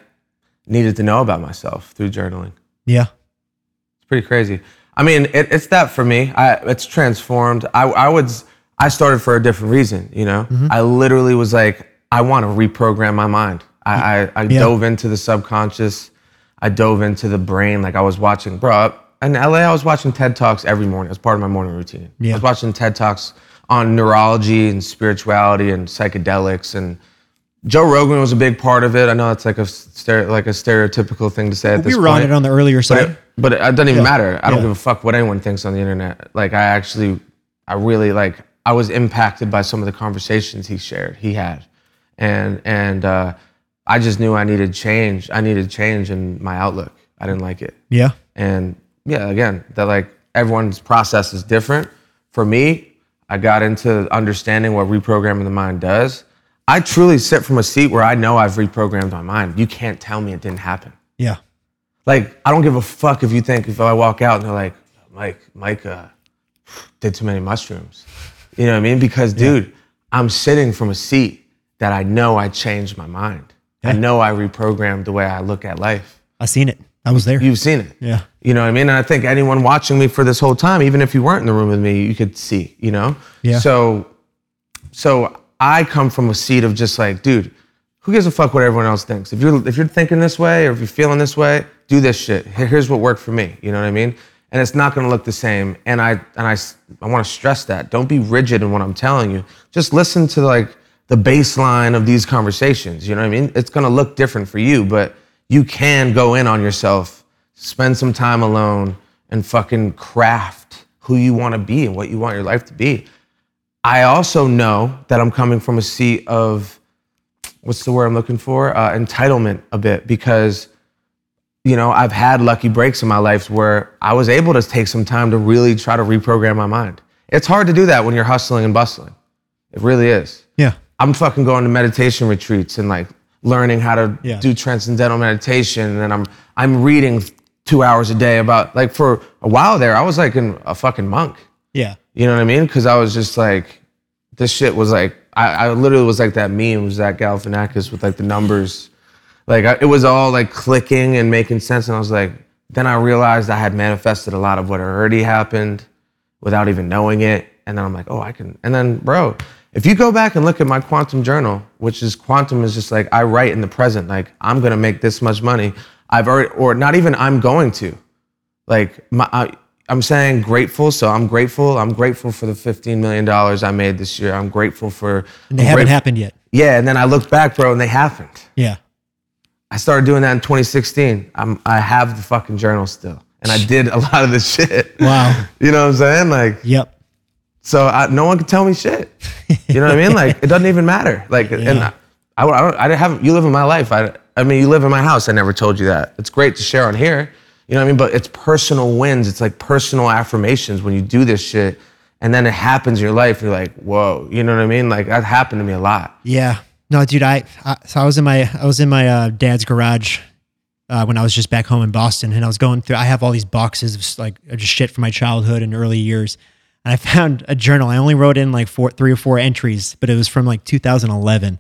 Speaker 3: needed to know about myself through journaling.
Speaker 2: Yeah.
Speaker 3: It's pretty crazy. I mean, it, it's that for me. I it's transformed. I I would s- I started for a different reason. You know, I literally was like, I want to reprogram my mind. I I, I dove into the subconscious. I dove into the brain. Like I was watching, bro. In LA, I was watching TED Talks every morning. It was part of my morning routine. I
Speaker 2: Yeah.
Speaker 3: was watching TED Talks on neurology and spirituality and psychedelics and Joe Rogan was a big part of it. I know that's like a stere- like a stereotypical thing to say at
Speaker 2: We
Speaker 3: this
Speaker 2: were on
Speaker 3: point.
Speaker 2: it on the earlier
Speaker 3: But
Speaker 2: side.
Speaker 3: it, but it, it doesn't even matter. I don't
Speaker 2: Yeah.
Speaker 3: give a fuck what anyone thinks on the internet. Like I actually, I really like. I was impacted by some of the conversations he shared, he had, and and uh, I just knew I needed change. I needed change in my outlook. I didn't like it,
Speaker 2: Yeah.
Speaker 3: and yeah, again, that like everyone's process is different. For me, I got into understanding what reprogramming the mind does. I truly sit from a seat where I know I've reprogrammed my mind. You can't tell me it didn't happen.
Speaker 2: Yeah.
Speaker 3: Like, I don't give a fuck if you think if I walk out and they're like, Mike, Mike uh, did too many mushrooms. You know what I mean? Because, dude, I'm sitting from a seat that I know I changed my mind. I know I reprogrammed the way I look at life.
Speaker 2: I seen it. I was there.
Speaker 3: You've seen it.
Speaker 2: Yeah.
Speaker 3: You know what I mean? And I think anyone watching me for this whole time, even if you weren't in the room with me, you could see, you know?
Speaker 2: Yeah.
Speaker 3: So so I come from a seat of just like, dude, who gives a fuck what everyone else thinks? If you're if you're thinking this way or if you're feeling this way, do this shit. Here- Here's what worked for me. You know what I mean? And it's not going to look the same. And I and I s- I want to stress that. Don't be rigid in what I'm telling you. Just listen to like the baseline of these conversations. You know what I mean? It's going to look different for you, but you can go in on yourself, spend some time alone, and fucking craft who you want to be and what you want your life to be. I also know that I'm coming from a seat of what's the word I'm looking for? Uh, entitlement a bit because, you know, I've had lucky breaks in my life where I was able to take some time to really try to reprogram my mind. It's hard to do that when you're hustling and bustling. It really is.
Speaker 2: Yeah.
Speaker 3: I'm fucking going to meditation retreats and like learning how to
Speaker 2: Yeah.
Speaker 3: do transcendental meditation. And then I'm I'm reading two hours a day about like for a while there, I was like in a fucking monk.
Speaker 2: Yeah.
Speaker 3: You know what I mean? Because I was just like, this shit was like, I, I literally was like that meme, was that Galifianakis with like the numbers. Like I, it was all like clicking and making sense. And I was like, then I realized I had manifested a lot of what already happened without even knowing it. And then I'm like, oh, I can. And then, bro, if you go back and look at my quantum journal, which is quantum is just like I write in the present, like I'm gonna make this much money. I've already, or not even I'm going to like my, I, I'm saying grateful. So I'm grateful. I'm grateful for the 15 million dollars I made this year. I'm grateful for.
Speaker 2: And they
Speaker 3: I'm
Speaker 2: haven't
Speaker 3: grate-
Speaker 2: happened yet.
Speaker 3: Yeah, and then I looked back, bro, and they happened.
Speaker 2: Yeah.
Speaker 3: I started doing that in 2016. I'm, I have the fucking journal still, and I did a lot of this shit.
Speaker 2: Wow.
Speaker 3: you know what I'm saying? Like,
Speaker 2: Yep.
Speaker 3: so I, no one can tell me shit. You know what I mean? Like it doesn't even matter. Like and I, I, I don't. I didn't have you live in my life. I I mean you live in my house. I never told you that. It's great to share on here. You know what I mean? But it's personal wins. It's like personal affirmations when you do this shit, and then it happens in your life. You're like, whoa. You know what I mean? Like that happened to me a lot.
Speaker 2: Yeah. No, dude, I, I so I was in my I was in my uh, dad's garage uh, when I was just back home in Boston, and I was going through. I have all these boxes of like of just shit from my childhood and early years, and I found a journal. I only wrote in like four, three or four entries, but it was from like 2011,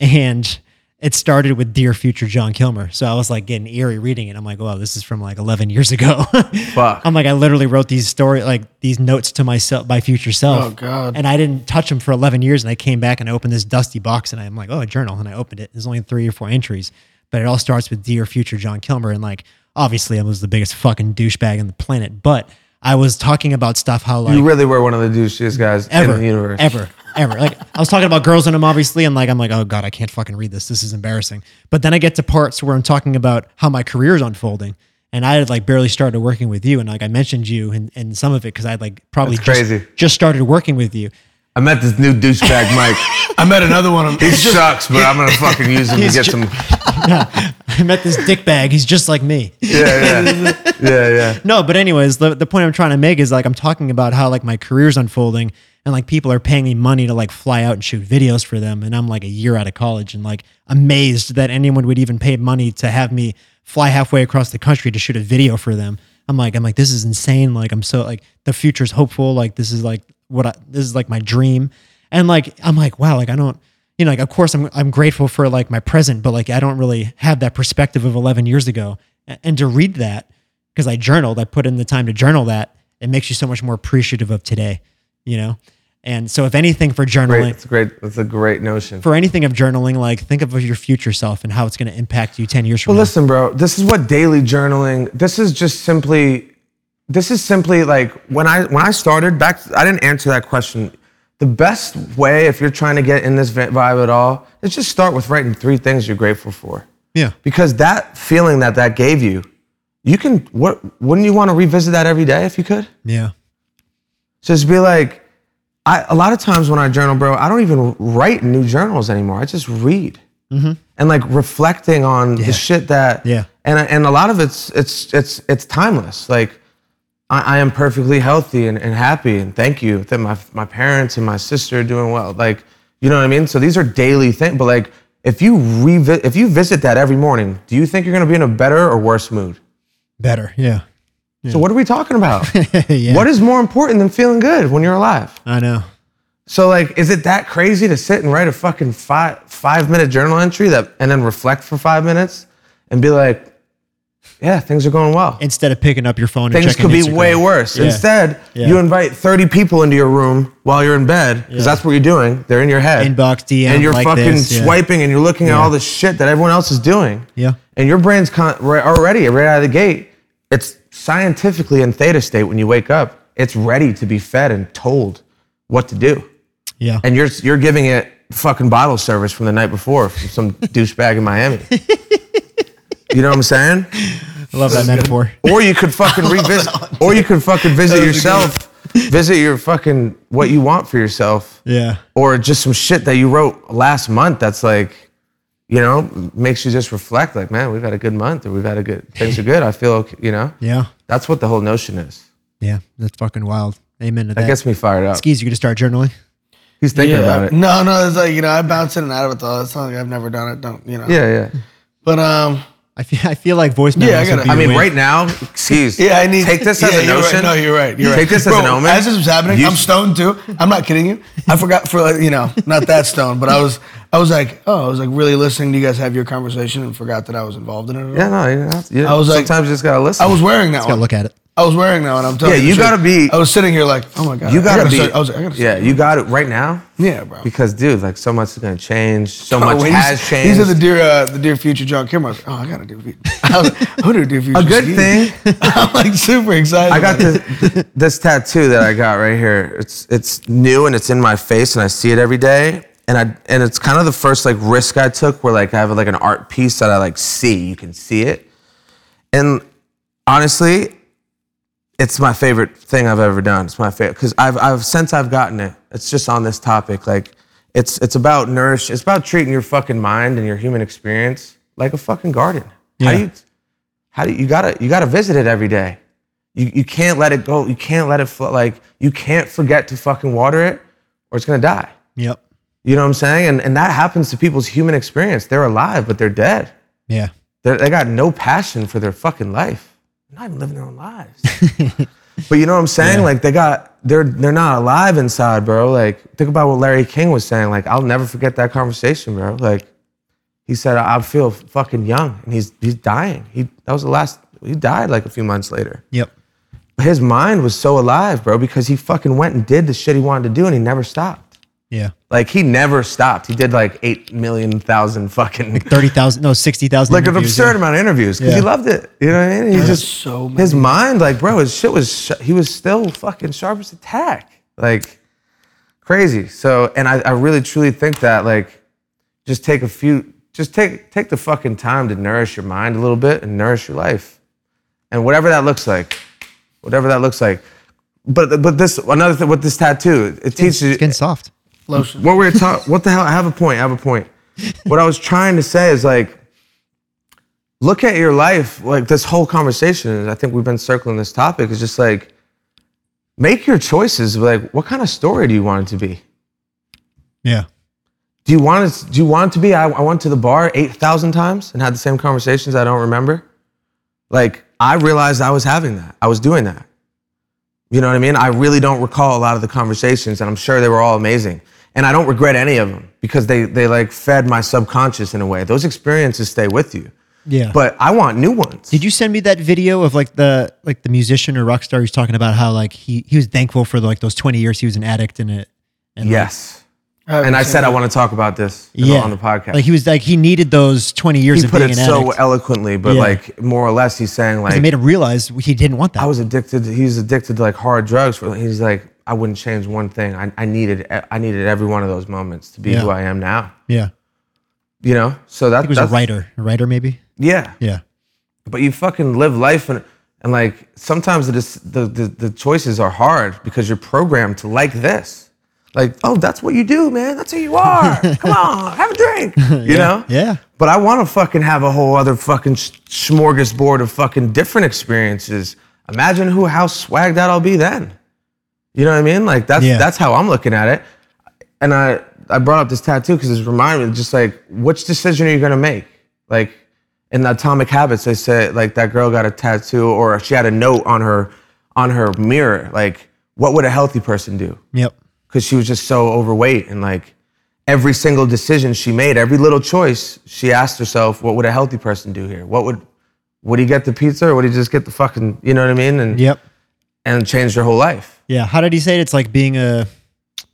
Speaker 2: and it started with "Dear Future John Kilmer." So I was like getting eerie reading it. I'm like, "Wow, this is from like 11 years ago."
Speaker 3: Fuck.
Speaker 2: I'm like, I literally wrote these story like these notes to myself, my future self.
Speaker 4: Oh, God.
Speaker 2: And I didn't touch them for 11 years. And I came back and I opened this dusty box and I'm like, oh, a journal. And I opened it. There's only three or four entries, but it all starts with dear future John Kilmer. And like, obviously, I was the biggest fucking douchebag on the planet, but I was talking about stuff how like
Speaker 3: you really were one of the douchiest guys
Speaker 2: ever,
Speaker 3: in the universe.
Speaker 2: ever, ever. Like I was talking about girls in them, obviously, and like I'm like, oh god, I can't fucking read this. This is embarrassing. But then I get to parts where I'm talking about how my career is unfolding, and I had like barely started working with you, and like I mentioned you and and some of it because I had like probably
Speaker 3: That's
Speaker 2: just,
Speaker 3: crazy.
Speaker 2: just started working with you.
Speaker 3: I met this new douchebag Mike.
Speaker 4: I met another one. Of,
Speaker 3: He sucks, but I'm gonna fucking use him to
Speaker 2: He's
Speaker 3: get
Speaker 2: ju-
Speaker 3: some.
Speaker 2: I met this dick bag. He's just like me.
Speaker 3: Yeah, yeah, yeah, yeah.
Speaker 2: No, but anyways, the, the point I'm trying to make is like I'm talking about how like my career's unfolding and like people are paying me money to like fly out and shoot videos for them and I'm like a year out of college and like amazed that anyone would even pay money to have me fly halfway across the country to shoot a video for them. I'm like, I'm like, this is insane. Like, I'm so like, the future's hopeful. Like, this is like what I, this is like my dream. And like, I'm like, wow, like I don't, you know, like of course I'm I'm grateful for like my present, but like I don't really have that perspective of 11 years ago. A- And to read that, because I journaled, I put in the time to journal that. It makes you so much more appreciative of today, you know. And so, if anything, for
Speaker 3: Great.
Speaker 2: journaling,
Speaker 3: That's great. That's a great notion.
Speaker 2: for anything of journaling, like think of your future self and how it's going to impact you 10 years from
Speaker 3: Well,
Speaker 2: now.
Speaker 3: listen, bro. This is what daily journaling. This is just simply. This is simply like when I when I started back. I didn't answer that question. The best way, if you're trying to get in this vi- vibe at all, is just start with writing three things you're grateful for.
Speaker 2: Yeah.
Speaker 3: Because that feeling that that gave you, you can. What wouldn't you want to revisit that every day if you could?
Speaker 2: Yeah.
Speaker 3: just be like I, a lot of times when I journal, bro, I don't even write new journals anymore. I just read and like reflecting on the shit that
Speaker 2: Mm-hmm. Yeah.
Speaker 3: and and a lot of it's it's it's it's timeless. Like I, I am perfectly healthy and, and happy and thank you that my my parents and my sister are doing well. Like you know what I mean. So these are daily things, but like if you revisit if you visit that every morning, do you think you're gonna be in a better or worse mood?
Speaker 2: Better. Yeah.
Speaker 3: So what are we talking about?
Speaker 2: yeah.
Speaker 3: What is more important than feeling good when you're alive?
Speaker 2: I know.
Speaker 3: So like, is it that crazy to sit and write a fucking five five minute journal entry that and then reflect for five minutes and be like, yeah, things are going well.
Speaker 2: Instead of picking up your phone and
Speaker 3: things
Speaker 2: checking
Speaker 3: could be
Speaker 2: Instagram.
Speaker 3: way worse.
Speaker 2: Yeah.
Speaker 3: Instead,
Speaker 2: Yeah.
Speaker 3: you invite thirty people into your room while you're in bed because that's what you're doing. They're in your head,
Speaker 2: Inbox, DM,
Speaker 3: and you're
Speaker 2: like
Speaker 3: fucking
Speaker 2: this, yeah.
Speaker 3: swiping and you're looking at all the shit that everyone else is doing.
Speaker 2: Yeah.
Speaker 3: and your brain's con- right, already right out of the gate. It's scientifically in theta state when you wake up. It's ready to be fed and told what to do
Speaker 2: Yeah.
Speaker 3: and you're you're giving it fucking bottle service from the night before from some douchebag in Miami. You know what I'm saying?
Speaker 2: I love that metaphor.
Speaker 3: Or you could fucking revisit, or you could fucking visit yourself, visit your fucking what you want for yourself,
Speaker 2: Yeah.
Speaker 3: or just some shit that you wrote last month that's like, you know, makes you just reflect like, man, we've had a good month, or we've had a good things are good. I feel okay, you know.
Speaker 2: Yeah.
Speaker 3: That's what the whole notion is.
Speaker 2: Yeah. That's fucking wild. Amen to that.
Speaker 3: That gets me fired up.
Speaker 2: Skis, you going to start journaling?
Speaker 3: He's thinking about it.
Speaker 4: No, no, it's like you know, I bounce in and out of it though. It's not like I've never done it. Don't you know?
Speaker 3: Yeah, yeah.
Speaker 4: But um,
Speaker 2: I feel, I feel like voice
Speaker 4: I
Speaker 2: memos
Speaker 4: gotta-
Speaker 2: would be
Speaker 3: I
Speaker 2: your
Speaker 3: mean,
Speaker 2: way-
Speaker 3: right now, excuse.
Speaker 4: yeah, I need
Speaker 3: take this as
Speaker 4: yeah,
Speaker 3: a
Speaker 4: you're right.
Speaker 3: notion.
Speaker 4: No, you're right. You're right.
Speaker 3: Take this as
Speaker 4: Bro,
Speaker 3: an omen.
Speaker 4: As this was happening,
Speaker 3: You-
Speaker 4: I'm stoned too. I'm not kidding you. I forgot for like, you know, not that stoned, but I was, I was like, oh, I was like really listening to you guys have your conversation and forgot that I was involved in it. at all.
Speaker 3: Yeah, no, you know, yeah.
Speaker 4: I was like-
Speaker 3: sometimes you just gotta listen.
Speaker 4: I was wearing that
Speaker 2: Just got
Speaker 4: one.
Speaker 2: to look at it.
Speaker 4: I was wearing that one. I'm telling
Speaker 3: Yeah,
Speaker 4: you.
Speaker 3: you
Speaker 4: the truth.
Speaker 3: gotta be-
Speaker 4: I was sitting here like, oh my god,
Speaker 3: you
Speaker 4: I
Speaker 3: gotta, be.
Speaker 4: start- I was like, I gotta.
Speaker 3: yeah,
Speaker 4: start-
Speaker 3: you got it right now.
Speaker 4: yeah, bro.
Speaker 3: Because dude, like so much is gonna change. So
Speaker 4: Oh,
Speaker 3: much
Speaker 4: wait,
Speaker 3: has
Speaker 4: these,
Speaker 3: changed.
Speaker 4: These are the dear, uh, the dear future John Kim. I was like, oh, I gotta do. Future. I was like, who do dear future?
Speaker 3: a good
Speaker 4: Steve?
Speaker 3: thing.
Speaker 4: I'm like super excited.
Speaker 3: I got
Speaker 4: about it.
Speaker 3: this, th- this tattoo that I got right here. It's it's new and it's in my face and I see it every day. And I and it's kind of the first like risk I took where like I have like an art piece that I like see. You can see it. And honestly, it's my favorite thing I've ever done. It's my favorite because I've I've since I've gotten it. It's just on this topic. Like it's it's about nourish. It's about treating your fucking mind and your human experience like a fucking garden. How do you how do you, you gotta you gotta visit it every day. You, you can't let it go. You can't let it flow. Like you can't forget to fucking water it, or it's gonna die.
Speaker 2: Yep.
Speaker 3: You know what I'm saying? And and that happens to people's human experience. They're alive, but they're dead.
Speaker 2: Yeah.
Speaker 3: They're, they got no passion for their fucking life. They're not even living their own lives. but you know what I'm saying? Like they got they're they're not alive inside, bro. Like think about what Larry King was saying. Like I'll never forget that conversation, bro. Like he said, I, I feel fucking young, and he's he's dying. He that was the last. He died like a few months later
Speaker 2: Yep.
Speaker 3: his mind was so alive, bro, because he fucking went and did the shit he wanted to do and he never stopped.
Speaker 2: Yeah.
Speaker 3: Like he never stopped. He did like eight million thousand fucking
Speaker 2: 30,000, no, 60,000.
Speaker 3: like an
Speaker 2: interviews,
Speaker 3: absurd amount of interviews because
Speaker 2: Yeah.
Speaker 3: he loved it. You know what I mean? He just
Speaker 4: so many.
Speaker 3: his mind, like bro, his shit was sh- he was still fucking sharp as a tack, like crazy. So, and I, I really truly think that like just take a few, just take take the fucking time to nourish your mind a little bit and nourish your life, and whatever that looks like, whatever that looks like. But but this another thing with this tattoo, it teaches
Speaker 2: yeah.
Speaker 3: you
Speaker 2: Skin soft.
Speaker 4: Lotion.
Speaker 3: what we were talking. What the hell? I have a point. I have a point. What I was trying to say is like, look at your life. Like this whole conversation. and I think we've been circling this topic. Is just like, make your choices. Like, what kind of story do you want it to be?
Speaker 2: Yeah.
Speaker 3: Do you want it? Do you want it to be? I, I went to the bar eight thousand times and had the same conversations I don't remember. like I realized I was having that. I was doing that. You know what I mean? I really don't recall a lot of the conversations, and I'm sure they were all amazing. And I don't regret any of them because they they like fed my subconscious in a way. Those experiences stay with you.
Speaker 2: Yeah.
Speaker 3: But I want new ones.
Speaker 2: Did you send me that video of like the like the musician or rock star who's talking about how like he he was thankful for like those twenty years he was an addict in it? And like,
Speaker 3: yes.
Speaker 4: haven't
Speaker 3: and I
Speaker 4: seen
Speaker 3: said I
Speaker 4: it.
Speaker 3: want to talk about this in- on the podcast.
Speaker 2: Like he was like he needed those twenty years
Speaker 3: he
Speaker 2: of
Speaker 3: put
Speaker 2: being
Speaker 3: it
Speaker 2: an
Speaker 3: so
Speaker 2: addict.
Speaker 3: eloquently, but
Speaker 2: Yeah.
Speaker 3: like more or less, he's saying
Speaker 2: it
Speaker 3: like
Speaker 2: made him realize he didn't want that.
Speaker 3: I was addicted. He's addicted to like hard drugs. For he's like I wouldn't change one thing. I, I needed I needed every one of those moments to be
Speaker 2: Yeah.
Speaker 3: who I am now.
Speaker 2: yeah,
Speaker 3: You know. So that
Speaker 2: he was a
Speaker 3: that's-
Speaker 2: writer, a writer maybe.
Speaker 3: Yeah.
Speaker 2: Yeah,
Speaker 3: But you fucking live life and and like sometimes it is, the, the the choices are hard because you're programmed to like this. Like oh that's what you do man. That's who you are. Come on, have a drink. You know.
Speaker 2: yeah.
Speaker 3: But I want to fucking have a whole other fucking sh- smorgasbord of fucking different experiences. Imagine who how swagged out I'll be then. You know what I mean? Like that's
Speaker 2: Yeah.
Speaker 3: that's how I'm looking at it. And I I brought up this tattoo because it's reminding me just like which decision are you gonna make? Like in the Atomic Habits, they said like that girl got a tattoo or she had a note on her on her mirror. Like what would a healthy person do?
Speaker 2: Yep.
Speaker 3: because she was just so overweight and like every single decision she made every little choice she asked herself what would a healthy person do here what would would he get the pizza or would he just get the fucking you know what i mean and
Speaker 2: Yep.
Speaker 3: and change her whole life
Speaker 2: Yeah. How did he say it? It's like being a, it's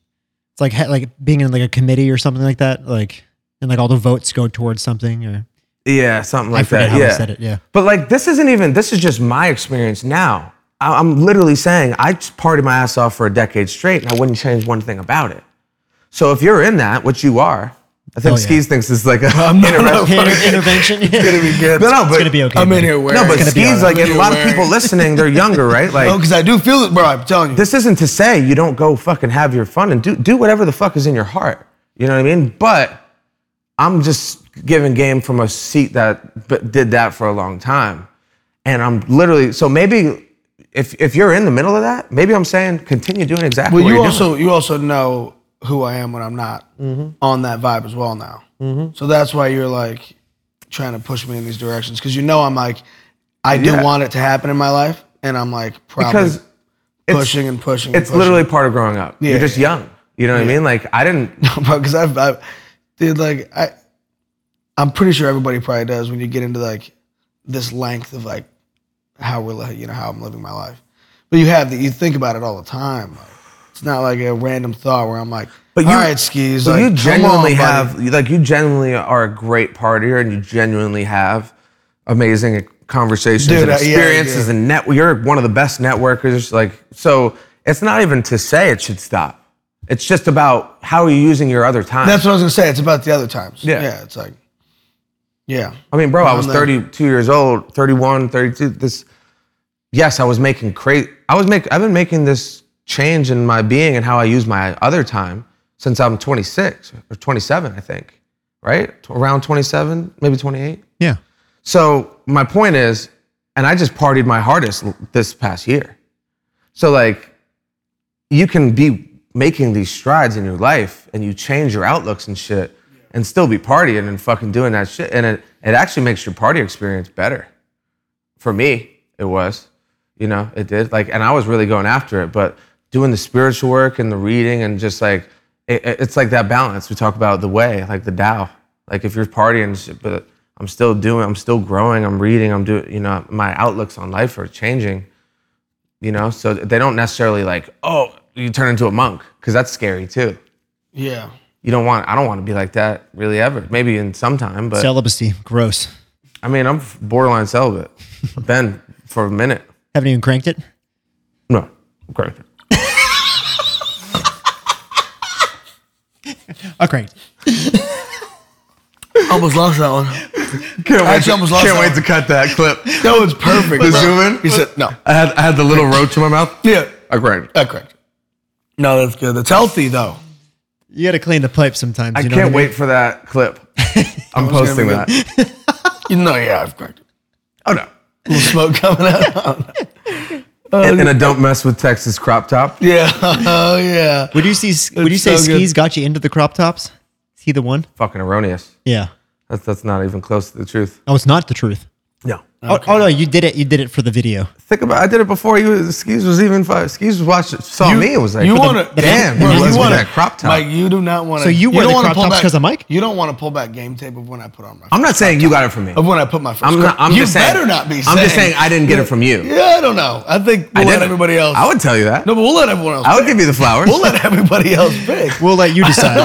Speaker 2: like ha- like being in like a committee or something like that. Like and like all the votes go towards something. Or
Speaker 3: yeah something like
Speaker 2: I forget
Speaker 3: that
Speaker 2: how
Speaker 3: yeah
Speaker 2: he said it. Yeah.
Speaker 3: but like this isn't even this is just my experience now I- i'm literally saying i just partied my ass off for a decade straight and i wouldn't change one thing about it so if you're in that which you are i think
Speaker 2: Oh, yeah.
Speaker 3: skis thinks it's like a
Speaker 2: Okay, inter- intervention. It's
Speaker 4: It's gonna be good.
Speaker 3: no, no, but
Speaker 2: gonna be okay.
Speaker 4: I'm in
Speaker 2: buddy.
Speaker 4: here wearing.
Speaker 3: No, but
Speaker 4: it.
Speaker 3: Steve's like,
Speaker 4: I'm
Speaker 3: and a lot of
Speaker 4: wearing
Speaker 3: people
Speaker 4: it.
Speaker 3: listening, they're younger, right? Like,
Speaker 4: Oh, because I do feel it, bro. I'm telling you.
Speaker 3: this isn't to say you don't go fucking have your fun and do, do whatever the fuck is in your heart. You know what I mean? But I'm just giving game from a seat that b- did that for a long time. And I'm literally, so maybe if, if you're in the middle of that, maybe I'm saying continue doing exactly
Speaker 4: well,
Speaker 3: what
Speaker 4: you
Speaker 3: you're
Speaker 4: also
Speaker 3: doing.
Speaker 4: you also know who I am when I'm not on that vibe as well now. So that's why you're like trying to push me in these directions because you know I'm like I do
Speaker 3: Yeah.
Speaker 4: want it to happen in my life, and I'm like probably
Speaker 3: Because it's-
Speaker 4: pushing and pushing.
Speaker 3: It's literally part of growing up.
Speaker 4: Yeah.
Speaker 3: You're just young. You know what I mean? Like, I didn't,
Speaker 4: because I've, I've dude like I I'm pretty sure everybody probably does when you get into like this length of like how we're li- you know how I'm living my life, but you have that you think about it all the time. Like, it's not like a random thought where I'm like,
Speaker 3: But you,
Speaker 4: all right, skis.
Speaker 3: But
Speaker 4: like,
Speaker 3: you
Speaker 4: come
Speaker 3: genuinely
Speaker 4: on,
Speaker 3: have,
Speaker 4: buddy."
Speaker 3: like, you genuinely are a great partier, and you genuinely have amazing conversations
Speaker 4: Dude,
Speaker 3: and
Speaker 4: uh, yeah, I
Speaker 3: experiences,
Speaker 4: do.
Speaker 3: and net. You're one of the best networkers. Like, so it's not even to say it should stop. It's just about how are you using your other time.
Speaker 4: That's what I was gonna say. It's about the other times.
Speaker 3: Yeah.
Speaker 4: yeah. It's like, yeah,
Speaker 3: I mean, bro, I was
Speaker 4: I'm there.
Speaker 3: 32 years old, 31, 32. This, yes, I was making crazy. I was make. I've been making this change in my being and how I use my other time since I'm 26 or 27, I think. Right, T- around 27, maybe 28.
Speaker 2: Yeah.
Speaker 3: So my point is, and I just partied my hardest l- this past year. So like, you can be making these strides in your life, and you change your outlooks and shit, and still be partying and fucking doing that shit, and it it actually makes your party experience better. For me, it was, you know, it did. Like, and I was really going after it, but doing the spiritual work and the reading and just like. It, it- it's like that balance we talk about the way, like the Tao. Like if you're partying, and shit, but I'm still doing, I'm still growing, I'm reading, I'm doing, you know, my outlooks on life are changing, you know? So they don't necessarily like, oh, you turn into a monk, because that's scary too.
Speaker 4: yeah.
Speaker 3: You don't want, I don't want to be like that really ever. Maybe in some time, but
Speaker 2: Celibacy. Gross.
Speaker 3: I mean, I'm borderline celibate. I've been for a minute.
Speaker 2: Haven't even cranked it.
Speaker 3: No, okay.
Speaker 2: I Oh, cranked.
Speaker 4: Almost lost that one.
Speaker 5: Can't wait,
Speaker 4: Actually,
Speaker 5: to,
Speaker 4: almost lost
Speaker 5: can't
Speaker 4: that
Speaker 5: wait
Speaker 4: one.
Speaker 5: to cut that clip.
Speaker 4: That was perfect.
Speaker 5: The
Speaker 4: bro.
Speaker 5: zoom in?
Speaker 4: He said no.
Speaker 5: I had I had the little roach in my mouth.
Speaker 4: Yeah,
Speaker 5: I grind.
Speaker 4: that's correct. No, that's good. That's healthy though.
Speaker 2: You got to clean the pipe sometimes.
Speaker 3: I
Speaker 2: you know
Speaker 3: can't
Speaker 2: what
Speaker 3: wait for that clip. I'm
Speaker 4: was
Speaker 3: posting
Speaker 4: gonna
Speaker 3: that.
Speaker 4: be You know, yeah, I've cracked. it.
Speaker 3: Oh no.
Speaker 4: A little smoke coming out. Oh,
Speaker 3: And a don't mess with Texas crop top.
Speaker 4: yeah, oh yeah.
Speaker 2: Would you see? Would you say
Speaker 4: so good.
Speaker 2: skis got you into the crop tops? Is he the one?
Speaker 3: Fucking erroneous.
Speaker 2: Yeah.
Speaker 3: That's, that's not even close to the truth.
Speaker 2: Oh, it's not the truth.
Speaker 3: No.
Speaker 2: Oh, oh, no, you did it. You did it for the video.
Speaker 3: Think about. I did it before you. was- Skis was even. fi- Skis was watching. Saw me. It was like
Speaker 4: you wanna-
Speaker 3: damn.
Speaker 2: the-
Speaker 3: bro,
Speaker 2: the-
Speaker 3: let's
Speaker 2: you
Speaker 3: wear
Speaker 2: wanna-
Speaker 3: that crop top.
Speaker 4: Mike, you do not want to.
Speaker 2: So you wear the crop tops 'cause of Mike?
Speaker 4: You don't want to pull back game tape of when I put on my.
Speaker 3: I'm not saying you got it from me.
Speaker 4: of when I put my. First
Speaker 3: I'm not.
Speaker 4: crop-
Speaker 3: I'm
Speaker 4: you
Speaker 3: just saying.
Speaker 4: better not be.
Speaker 3: I'm just saying I didn't get it from you.
Speaker 4: Yeah, I don't know. I think
Speaker 3: I
Speaker 4: we'll let
Speaker 3: didn't.
Speaker 4: everybody else.
Speaker 3: I would tell you that.
Speaker 4: No, but we'll let everyone else.
Speaker 3: I would give you the flowers.
Speaker 4: We'll let everybody else pick.
Speaker 2: We'll let you
Speaker 4: I
Speaker 2: decide.
Speaker 4: don't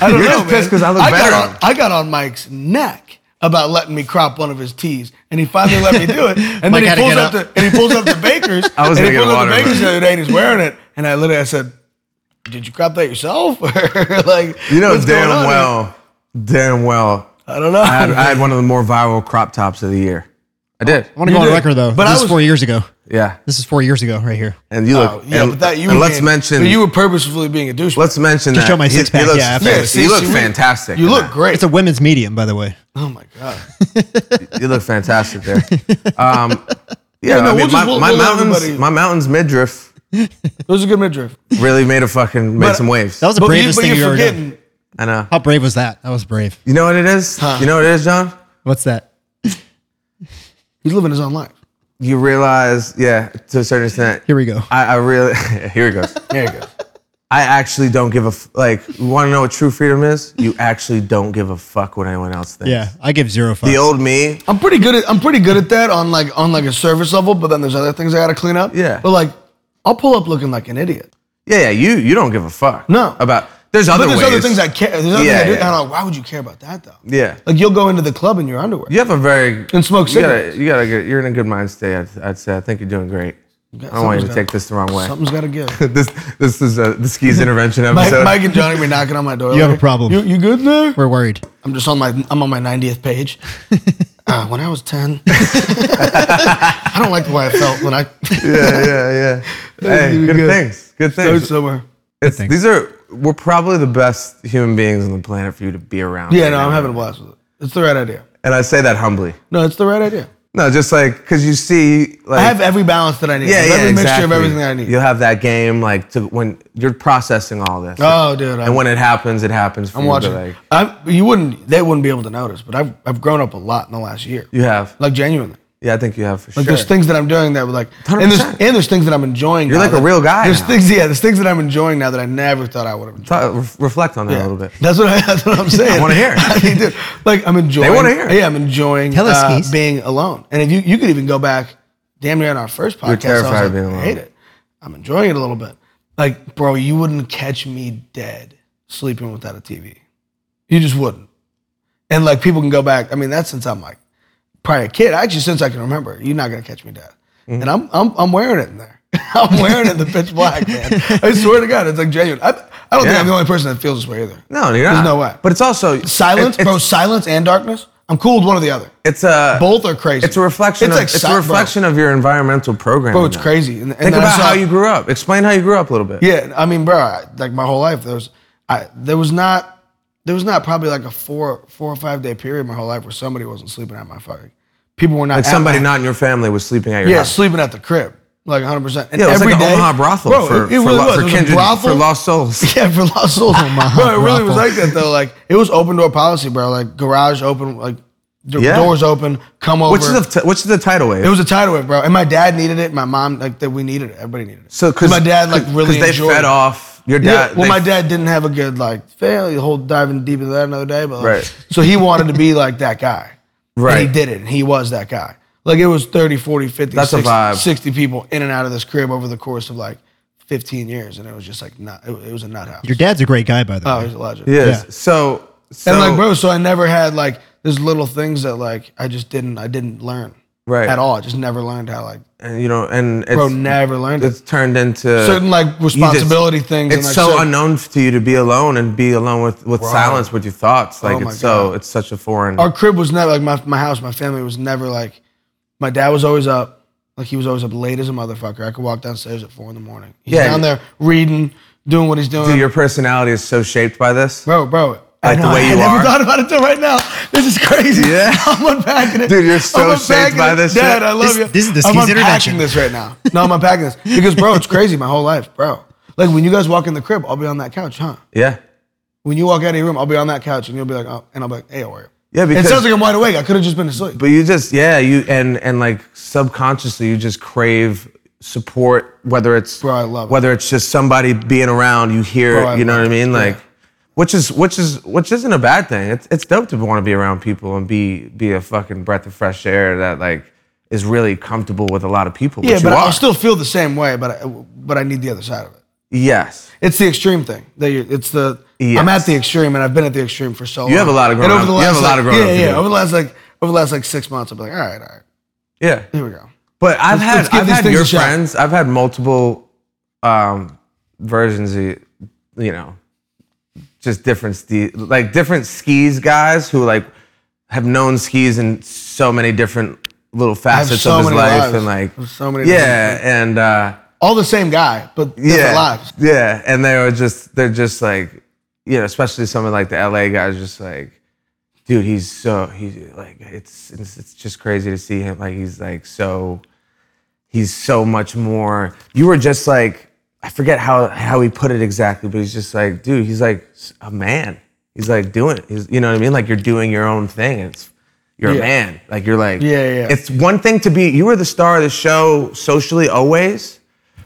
Speaker 4: know. I don't
Speaker 3: You're
Speaker 4: know,
Speaker 3: just
Speaker 4: man.
Speaker 3: pissed 'cause I look better
Speaker 4: got
Speaker 3: on-
Speaker 4: on, I got on Mike's neck about letting me crop one of his tees, and he finally let me do it. And
Speaker 2: Mike had
Speaker 4: then he
Speaker 2: to
Speaker 4: pulls
Speaker 2: get
Speaker 4: up,
Speaker 2: up.
Speaker 4: the and he pulls up the Baker's.
Speaker 3: I was
Speaker 4: and he
Speaker 3: gonna get
Speaker 4: pulls up
Speaker 3: water,
Speaker 4: the
Speaker 3: but-
Speaker 4: Baker's the other day, and he's wearing it. And I literally I said, "Did you crop that yourself?" or like
Speaker 3: you know
Speaker 4: "What's going
Speaker 3: damn
Speaker 4: on here?"
Speaker 3: well, damn well.
Speaker 4: I don't know.
Speaker 3: I had, I had one of the more viral crop tops of the year. I did.
Speaker 2: I want to go on record though.
Speaker 4: But
Speaker 2: this
Speaker 4: I
Speaker 2: is
Speaker 4: was-
Speaker 2: four years ago.
Speaker 3: Yeah.
Speaker 2: This is four years ago, right here.
Speaker 3: And you look.
Speaker 4: Oh, yeah,
Speaker 3: and,
Speaker 4: but that you.
Speaker 3: and
Speaker 4: were
Speaker 3: let's
Speaker 4: being-
Speaker 3: mention.
Speaker 4: but you were purposefully being a douche.
Speaker 3: let's mention
Speaker 2: To
Speaker 3: that
Speaker 2: show my
Speaker 3: he-
Speaker 2: six-pack,
Speaker 3: He looks,
Speaker 2: yeah, I
Speaker 3: fan-
Speaker 2: figured.
Speaker 3: he
Speaker 4: see,
Speaker 3: looks
Speaker 4: see, we-
Speaker 3: fantastic.
Speaker 4: You
Speaker 3: in
Speaker 4: look
Speaker 3: that.
Speaker 4: great.
Speaker 2: It's a women's medium, by the way.
Speaker 4: oh my god.
Speaker 3: You look fantastic there. Um, yeah, I
Speaker 4: no,
Speaker 3: mean,
Speaker 4: we'll just-
Speaker 3: my,
Speaker 4: we'll-
Speaker 3: my
Speaker 4: we'll let
Speaker 3: mountains,
Speaker 4: everybody-
Speaker 3: my mountains midriff
Speaker 4: It was a good midriff.
Speaker 3: really made a fucking made
Speaker 4: But-
Speaker 3: some waves.
Speaker 2: That was the
Speaker 4: But, you,
Speaker 2: bravest
Speaker 4: but
Speaker 2: thing you
Speaker 4: you're
Speaker 2: ever done.
Speaker 4: forgetting.
Speaker 3: I know.
Speaker 2: How brave was that? That was brave.
Speaker 3: You know what it is? You know what it is, John?
Speaker 2: What's that?
Speaker 4: He's living his own life.
Speaker 3: You realize, yeah, to a certain extent.
Speaker 2: Here we go.
Speaker 3: I, I really here it goes.
Speaker 4: There you go.
Speaker 3: I actually don't give a f- like. You want to know what true freedom is? You actually don't give a fuck what anyone else thinks.
Speaker 2: Yeah, I give zero fucks.
Speaker 3: The old me,
Speaker 4: I'm pretty good at I'm pretty good at that on like on like a service level, but then there's other things I gotta clean up.
Speaker 3: Yeah.
Speaker 4: But like I'll pull up looking like an idiot.
Speaker 3: yeah, yeah. You you don't give a fuck.
Speaker 4: No.
Speaker 3: About there's other
Speaker 4: but there's
Speaker 3: ways.
Speaker 4: other things I care. There's other
Speaker 3: Yeah,
Speaker 4: things I do,
Speaker 3: yeah.
Speaker 4: and I'm like, why would you care about that though?
Speaker 3: Yeah.
Speaker 4: Like you'll go into the club in your underwear.
Speaker 3: You have a very
Speaker 4: And smoke
Speaker 3: you gotta-
Speaker 4: cigarettes.
Speaker 3: You gotta, get, you're in a good mind state. I'd, I'd say I think you're doing great. I don't want you to
Speaker 4: something's gotta-
Speaker 3: take this the wrong way.
Speaker 4: Something's gotta give.
Speaker 3: this this is a, the skis intervention
Speaker 4: Mike,
Speaker 3: episode.
Speaker 4: Mike and Johnny were knocking on my door.
Speaker 2: You have a
Speaker 4: like,
Speaker 2: problem.
Speaker 4: You, you good there?
Speaker 2: We're worried.
Speaker 4: I'm just on my I'm on my 90th page. uh, when I was 10, I don't like the way I felt when I
Speaker 3: yeah, yeah, yeah. Hey,
Speaker 4: you
Speaker 3: good,
Speaker 4: good.
Speaker 3: things. Good
Speaker 4: started
Speaker 3: things.
Speaker 4: somewhere.
Speaker 3: It's- these are we're probably the best human beings on the planet for you to be around.
Speaker 4: Yeah,
Speaker 3: right
Speaker 4: no,
Speaker 3: now.
Speaker 4: I'm having a blast with it. It's the right idea.
Speaker 3: And I say that humbly.
Speaker 4: No, it's the right idea.
Speaker 3: No, just like because you see, like
Speaker 4: I have every balance that I need. I
Speaker 3: yeah,
Speaker 4: have
Speaker 3: yeah,
Speaker 4: every
Speaker 3: exactly.
Speaker 4: mixture of everything that I need.
Speaker 3: You'll have that game like to when you're processing all this.
Speaker 4: Oh, dude, I'm-
Speaker 3: and when it happens, it happens. For
Speaker 4: I'm
Speaker 3: you, but,
Speaker 4: watching.
Speaker 3: Like,
Speaker 4: I'm, you wouldn't. They wouldn't be able to notice, but I've I've grown up a lot in the last year.
Speaker 3: you have.
Speaker 4: Like genuinely.
Speaker 3: yeah, I think you have for
Speaker 4: Like
Speaker 3: sure.
Speaker 4: there's things that I'm doing that were like, and there's
Speaker 3: 100%.
Speaker 4: and there's things that I'm enjoying.
Speaker 3: You're
Speaker 4: now
Speaker 3: like a
Speaker 4: that-
Speaker 3: real guy
Speaker 4: There's
Speaker 3: now.
Speaker 4: things, yeah. There's things that I'm enjoying now that I never thought I would have enjoyed.
Speaker 3: Talk, re- reflect on that
Speaker 4: Yeah.
Speaker 3: a little bit.
Speaker 4: That's what I, that's what I'm saying.
Speaker 3: I wanna hear it.
Speaker 4: I mean, dude, like I'm enjoying.
Speaker 3: wanna hear it.
Speaker 4: Yeah, I'm enjoying
Speaker 2: Tell us,
Speaker 4: uh,
Speaker 2: Keith.
Speaker 4: being alone. And if you you could even go back, damn near in our first podcast,
Speaker 3: were terrified
Speaker 4: I was
Speaker 3: of
Speaker 4: like,
Speaker 3: being alone.
Speaker 4: I hate it. I'm enjoying it a little bit. Like, bro, you wouldn't catch me dead sleeping without a TV. You just wouldn't. And like people can go back. I mean, that's since I'm like probably a kid. Actually, since I can remember, you're not gonna catch me dead.
Speaker 3: Mm-hmm.
Speaker 4: And I'm I'm I'm wearing it in there. I'm wearing it in the pitch black, man. I swear to God, it's like genuine. I, I don't think
Speaker 3: Yeah.
Speaker 4: I'm the only person that feels this way either.
Speaker 3: No, you're not.
Speaker 4: There's no way.
Speaker 3: But it's also
Speaker 4: Silence,
Speaker 3: it- it's,
Speaker 4: bro. Silence and darkness. I'm cool with one or the other.
Speaker 3: It's a
Speaker 4: Both are crazy.
Speaker 3: It's a reflection.
Speaker 4: It's
Speaker 3: of,
Speaker 4: like
Speaker 3: it's
Speaker 4: si-
Speaker 3: a reflection of your environmental program.
Speaker 4: Bro, it's crazy. And- and
Speaker 3: Think
Speaker 4: I
Speaker 3: about
Speaker 4: saw-
Speaker 3: how you grew up. Explain how you grew up a little bit.
Speaker 4: Yeah, I mean, bro, I- like my whole life, there was, I there was not, there was not probably like a four four or five day period my whole life where somebody wasn't sleeping at my fucking. People were not.
Speaker 3: Like
Speaker 4: at
Speaker 3: somebody
Speaker 4: my-
Speaker 3: not in your family was sleeping at your
Speaker 4: Yeah,
Speaker 3: house.
Speaker 4: sleeping at the crib, like 100. percent
Speaker 3: Yeah, it was like an Omaha brothel for, for, lo- for kindred, for lost souls.
Speaker 4: Yeah, for lost souls. bro, it really was like that though. Like it was open door policy, bro. Like garage open, like d-
Speaker 3: Yeah.
Speaker 4: doors open. Come over.
Speaker 3: Which is the t- which is the tidal wave?
Speaker 4: It was a tidal wave, bro. And my dad needed it. My mom, like that, we needed it. Everybody needed it.
Speaker 3: so because
Speaker 4: my dad, like, really
Speaker 3: they
Speaker 4: enjoyed
Speaker 3: fed
Speaker 4: it.
Speaker 3: off your
Speaker 4: Yeah.
Speaker 3: dad.
Speaker 4: well,
Speaker 3: they-
Speaker 4: my dad didn't have a good like family. Whole diving deep into that another day, but like,
Speaker 3: Right.
Speaker 4: So he wanted to be like that guy. And
Speaker 3: Right.
Speaker 4: he did it. And he was that guy. Like it was 30, 40, 50,
Speaker 3: That's a
Speaker 4: 60,
Speaker 3: vibe.
Speaker 4: 60 people in and out of this crib over the course of like 15 years. And it was just like, not, it, it was a nut house.
Speaker 2: Your dad's a great guy, by the
Speaker 4: oh,
Speaker 2: way.
Speaker 4: he's a legend.
Speaker 3: Yes. So, so
Speaker 4: And like, bro, so I never had like there's little things that like I just didn't I didn't learn
Speaker 3: Right.
Speaker 4: at all. I just never learned how like
Speaker 3: and, you know, and it's,
Speaker 4: bro never learned
Speaker 3: it's
Speaker 4: it.
Speaker 3: turned into
Speaker 4: certain like responsibility
Speaker 3: just-
Speaker 4: things.
Speaker 3: It's
Speaker 4: and, like,
Speaker 3: so
Speaker 4: certain-
Speaker 3: unknown to you to be alone and be alone with, with silence with your thoughts. Like
Speaker 4: Oh my
Speaker 3: it's so
Speaker 4: God.
Speaker 3: it's such a foreign.
Speaker 4: Our crib was never like my my house. My family was never like my dad was always up. Like he was always up late as a motherfucker. I could walk downstairs at four in the morning. He's
Speaker 3: Yeah.
Speaker 4: down there reading, doing what he's doing.
Speaker 3: Dude, your personality is so shaped by this.
Speaker 4: bro, bro.
Speaker 3: Like the way
Speaker 4: I
Speaker 3: you
Speaker 4: never
Speaker 3: are?
Speaker 4: thought about it till right now. This is crazy.
Speaker 3: Yeah.
Speaker 4: I'm unpacking it.
Speaker 3: Dude, you're so
Speaker 4: I'm
Speaker 3: shaped
Speaker 4: unpacking
Speaker 3: by
Speaker 4: it.
Speaker 3: this
Speaker 4: Dad,
Speaker 3: shit.
Speaker 4: I love
Speaker 2: This-
Speaker 4: you.
Speaker 2: this is the
Speaker 4: I'm
Speaker 2: Caesar
Speaker 4: unpacking
Speaker 2: intervention.
Speaker 4: this right now. No, I'm unpacking this because, bro, it's crazy. My whole life, bro. Like when you guys walk in the crib, I'll be on that couch, huh?
Speaker 3: Yeah.
Speaker 4: When you walk out of your room, I'll be on that couch, and you'll be like, oh, and I'll be like, hey, how are you?
Speaker 3: Yeah, because
Speaker 4: It sounds like I'm wide awake. I could have just been asleep.
Speaker 3: but you just yeah you and and like subconsciously you just crave support whether it's
Speaker 4: Bro, I love it.
Speaker 3: whether it's just somebody being around you hear
Speaker 4: Bro, I
Speaker 3: you know
Speaker 4: love
Speaker 3: what i
Speaker 4: it.
Speaker 3: mean
Speaker 4: Yeah.
Speaker 3: like which is which is which isn't a bad thing it's it's dope to want to be around people and be be a fucking breath of fresh air that like is really comfortable with a lot of people
Speaker 4: yeah,
Speaker 3: which
Speaker 4: but
Speaker 3: you
Speaker 4: I
Speaker 3: are.
Speaker 4: still feel the same way. But I, but I need the other side of it.
Speaker 3: yes
Speaker 4: It's the extreme thing. That you, it's the I'm
Speaker 3: Yes.
Speaker 4: at the extreme, and I've been at the extreme for so long.
Speaker 3: You have a lot of
Speaker 4: And
Speaker 3: grown
Speaker 4: over the
Speaker 3: up- you have
Speaker 4: last,
Speaker 3: a lot
Speaker 4: like-
Speaker 3: of grown up
Speaker 4: Yeah,
Speaker 3: to
Speaker 4: yeah.
Speaker 3: do.
Speaker 4: Over the last like over the last like six months, I've been like, all right, all right,
Speaker 3: yeah
Speaker 4: here we go.
Speaker 3: But I've
Speaker 4: Let's-
Speaker 3: had
Speaker 4: let's give
Speaker 3: I've
Speaker 4: these
Speaker 3: had
Speaker 4: things
Speaker 3: your
Speaker 4: a shot.
Speaker 3: friends. I've had multiple um, versions of you know just different sti- like different skis guys who like have known skis in so many different little facets
Speaker 4: so
Speaker 3: of his
Speaker 4: many
Speaker 3: life
Speaker 4: lives.
Speaker 3: and like
Speaker 4: I have so many different
Speaker 3: yeah and uh,
Speaker 4: All the same guy, but different
Speaker 3: yeah
Speaker 4: lives.
Speaker 3: yeah and they were just they're just like you know especially someone like the LA guys just like dude he's so he's like it's it's it's just crazy to see him like he's like so he's so much more you were just like i forget how how he put it exactly but he's just like dude he's like s- a man he's like doing it he's, you know what i mean like you're doing your own thing and it's you're a
Speaker 4: Yeah.
Speaker 3: man like you're like
Speaker 4: Yeah, yeah, yeah.
Speaker 3: it's one thing to be you were the star of the show socially always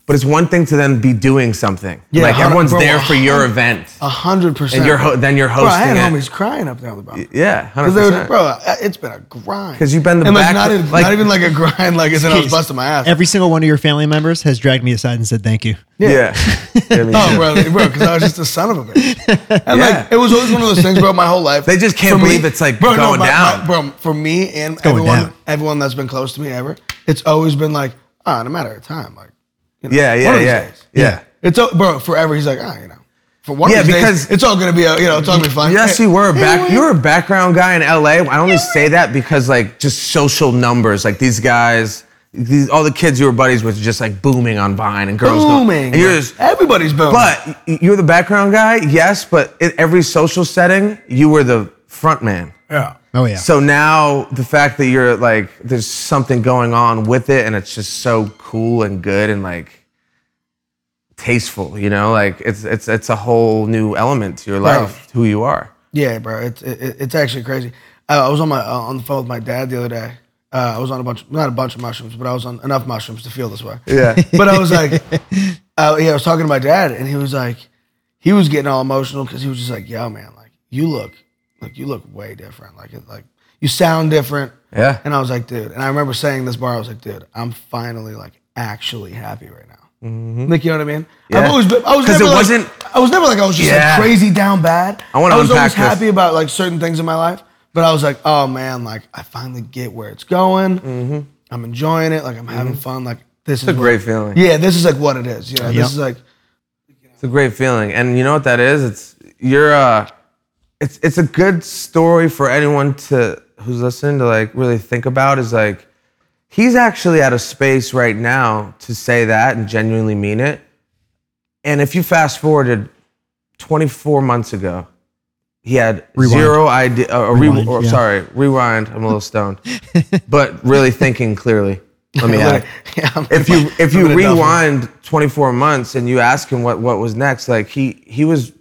Speaker 3: but it's one thing to then be doing something
Speaker 4: Yeah,
Speaker 3: like
Speaker 4: hun-
Speaker 3: everyone's
Speaker 4: bro,
Speaker 3: there for your event
Speaker 4: A hundred percent.
Speaker 3: and you're ho- then you're
Speaker 4: Bro, I
Speaker 3: hosting
Speaker 4: had
Speaker 3: it
Speaker 4: homies crying up there on the bottom.
Speaker 3: yeah 100%.
Speaker 4: Because they were, bro, uh, it's been a grind.
Speaker 3: 'Cause you've been the
Speaker 4: and like
Speaker 3: back-
Speaker 4: not, in-
Speaker 3: like-
Speaker 4: not even like a grind, like as in I was
Speaker 2: Jeez.
Speaker 4: busting my ass.
Speaker 2: Every single one of your family members has dragged me aside and said thank you.
Speaker 3: Yeah. I mean,
Speaker 4: Oh, bro, bro, because I was just a son of a bitch. And
Speaker 3: Yeah.
Speaker 4: like, it was always one of those things, bro. My whole life,
Speaker 3: They just can't
Speaker 4: For
Speaker 3: believe it's, like, going
Speaker 4: my-
Speaker 3: down.
Speaker 4: my- bro. For me and
Speaker 2: going
Speaker 4: everyone,
Speaker 2: down.
Speaker 4: everyone that's been close to me ever, it's always been like, ah, in a matter of time, like, you know,
Speaker 3: Yeah,
Speaker 4: one
Speaker 3: yeah,
Speaker 4: of these
Speaker 3: yeah.
Speaker 4: days.
Speaker 3: Yeah.
Speaker 4: It's all- bro forever. He's like, ah, you know, for one
Speaker 3: Yeah,
Speaker 4: of these
Speaker 3: because-
Speaker 4: days, it's all gonna be, a, you know, it's all gonna be fun.
Speaker 3: Yes,
Speaker 4: Hey,
Speaker 3: you were a
Speaker 4: hey,
Speaker 3: back.
Speaker 4: wait.
Speaker 3: You were a background guy in LA. I only say that because like just social numbers, like these guys, these, all the kids you were buddies with, just like booming on Vine and girls. know-
Speaker 4: booming.
Speaker 3: And you're just,
Speaker 4: Everybody's booming.
Speaker 3: but y- you're the background guy. Yes, but in every social setting, you were the front man.
Speaker 4: yeah,
Speaker 2: Oh yeah.
Speaker 3: So now the fact that you're like, there's something going on with it, and it's just so cool and good and like tasteful. You know, like it's it's it's a whole new element to your
Speaker 4: Right.
Speaker 3: life, who you are.
Speaker 4: Yeah, bro, it's it, it- it's actually crazy. Uh, I was on my uh, on the phone with my dad the other day. Uh, I was on a bunch, not a bunch of mushrooms, but I was on enough mushrooms to feel this way.
Speaker 3: Yeah.
Speaker 4: But I was like, uh, yeah, I was talking to my dad, and he was like, he was getting all emotional because he was just like, yo, man, like you look, like you look way different. Like it, like you sound different.
Speaker 3: Yeah.
Speaker 4: And I was like, dude. And I remember saying this bar, I was like, dude, I'm finally like actually happy right now. Like you know what I mean?
Speaker 3: Mm-hmm. Yeah.
Speaker 4: I've always been. I was
Speaker 3: 'Cause
Speaker 4: never
Speaker 3: it
Speaker 4: like-
Speaker 3: wasn't-
Speaker 4: I was never like I was just
Speaker 3: Yeah.
Speaker 4: like crazy down bad.
Speaker 3: I wanna
Speaker 4: was always
Speaker 3: unpack this.
Speaker 4: happy about like certain things in my life, but I was like, oh man, like I finally get where it's going. I'm enjoying it. Like I'm having fun. Like this is
Speaker 3: Mm-hmm. It's a
Speaker 4: what-
Speaker 3: great feeling.
Speaker 4: Yeah, this is like what it is. You know,
Speaker 2: Yep.
Speaker 4: this is like
Speaker 3: It's a great feeling. And you know what that is? It's you're uh it's it's a good story for anyone to who's listening to like really think about is like he's actually at a space right now to say that and genuinely mean it. And if you fast forwarded 24 months ago, he had
Speaker 2: Rewind.
Speaker 3: zero idea uh, or re-
Speaker 2: Rewind,
Speaker 3: or,
Speaker 2: yeah.
Speaker 3: sorry, rewind, I'm a little stoned. but really thinking clearly. Let me add.
Speaker 4: Yeah, I'm-
Speaker 3: if you if
Speaker 4: I'm
Speaker 3: you
Speaker 4: in a duffel.
Speaker 3: rewind 24 months and you ask him what what was next, like he he was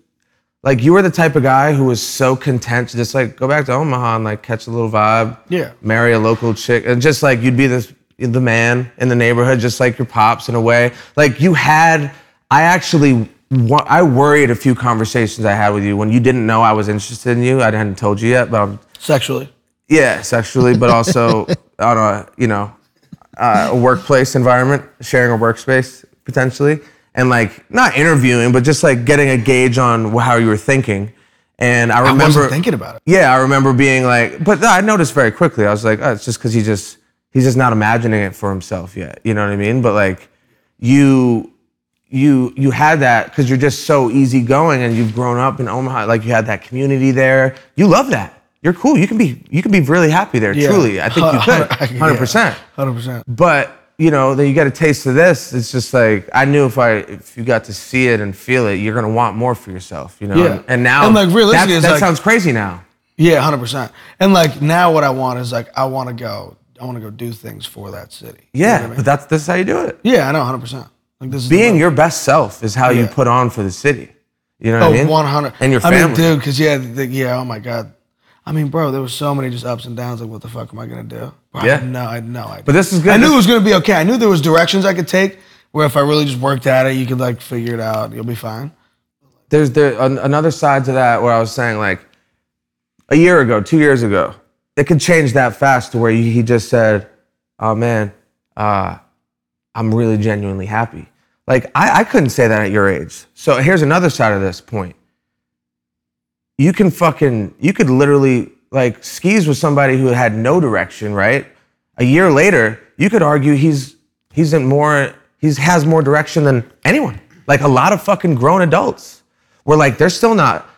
Speaker 3: like you were the type of guy who was so content to just like go back to Omaha and like catch a little vibe,
Speaker 4: Yeah.
Speaker 3: marry a local chick, and just like you'd be this the man in the neighborhood, just like your pops in a way. Like you had, I actually. wa- I worried a few conversations I had with you when you didn't know I was interested in you. I hadn't told you yet, but I'm
Speaker 4: sexually.
Speaker 3: yeah, sexually, but also on a you know uh, a workplace environment, sharing a workspace potentially, and like not interviewing, but just like getting a gauge on wh- how you were thinking. And I
Speaker 4: I
Speaker 3: remember
Speaker 4: wasn't thinking about it.
Speaker 3: Yeah, I remember being like, but I noticed very quickly. I was like, oh, it's just because he just he's just not imagining it for himself yet. You know what I mean? But like, you you you had that because you're just so easygoing and you've grown up in Omaha. Like you had that community there. You love that. You're cool. You can be you can be really happy there.
Speaker 4: Yeah.
Speaker 3: Truly, I think you could, hundred percent.
Speaker 4: Hundred percent.
Speaker 3: But you know, then you get a taste of this. It's just like I knew if I if you got to see it and feel it, you're gonna want more for yourself. You know.
Speaker 4: Yeah.
Speaker 3: And, now
Speaker 4: And, like,
Speaker 3: that-
Speaker 4: realistically,
Speaker 3: that,
Speaker 4: it's like-
Speaker 3: sounds crazy now.
Speaker 4: Yeah, hundred percent. And like now, what I want is like I want to go. I want to go do things for that city. You know
Speaker 3: Yeah,
Speaker 4: what I mean?
Speaker 3: but that's this is how you do it.
Speaker 4: yeah, I know, hundred percent. Like this is the
Speaker 3: Being
Speaker 4: way.
Speaker 3: your best self is how you
Speaker 4: Yeah.
Speaker 3: put on for the city. You know what I
Speaker 4: oh
Speaker 3: mean?
Speaker 4: 100
Speaker 3: And your
Speaker 4: I
Speaker 3: family.
Speaker 4: mean, dude, because yeah, the, yeah. Oh my god, I mean, bro, there was so many just ups and downs. Like, what the fuck am I gonna do? Bro,
Speaker 3: Yeah.
Speaker 4: I had no, I had no idea.
Speaker 3: But this is good.
Speaker 4: I knew it was gonna be okay. I knew there was directions I could take where if I really just worked at it, you could like figure it out. You'll be fine.
Speaker 3: there's there an, another side to that where I was saying like a year ago, two years ago, it could change that fast to where you, he just said, "Oh man, uh, I'm really genuinely happy." Like I, I couldn't say that at your age. So here's another side of this point. You can fucking you could literally like skis with somebody who had no direction, right? A year later, you could argue he's he's in more he's has more direction than anyone. Like a lot of fucking grown adults. We're like they're still not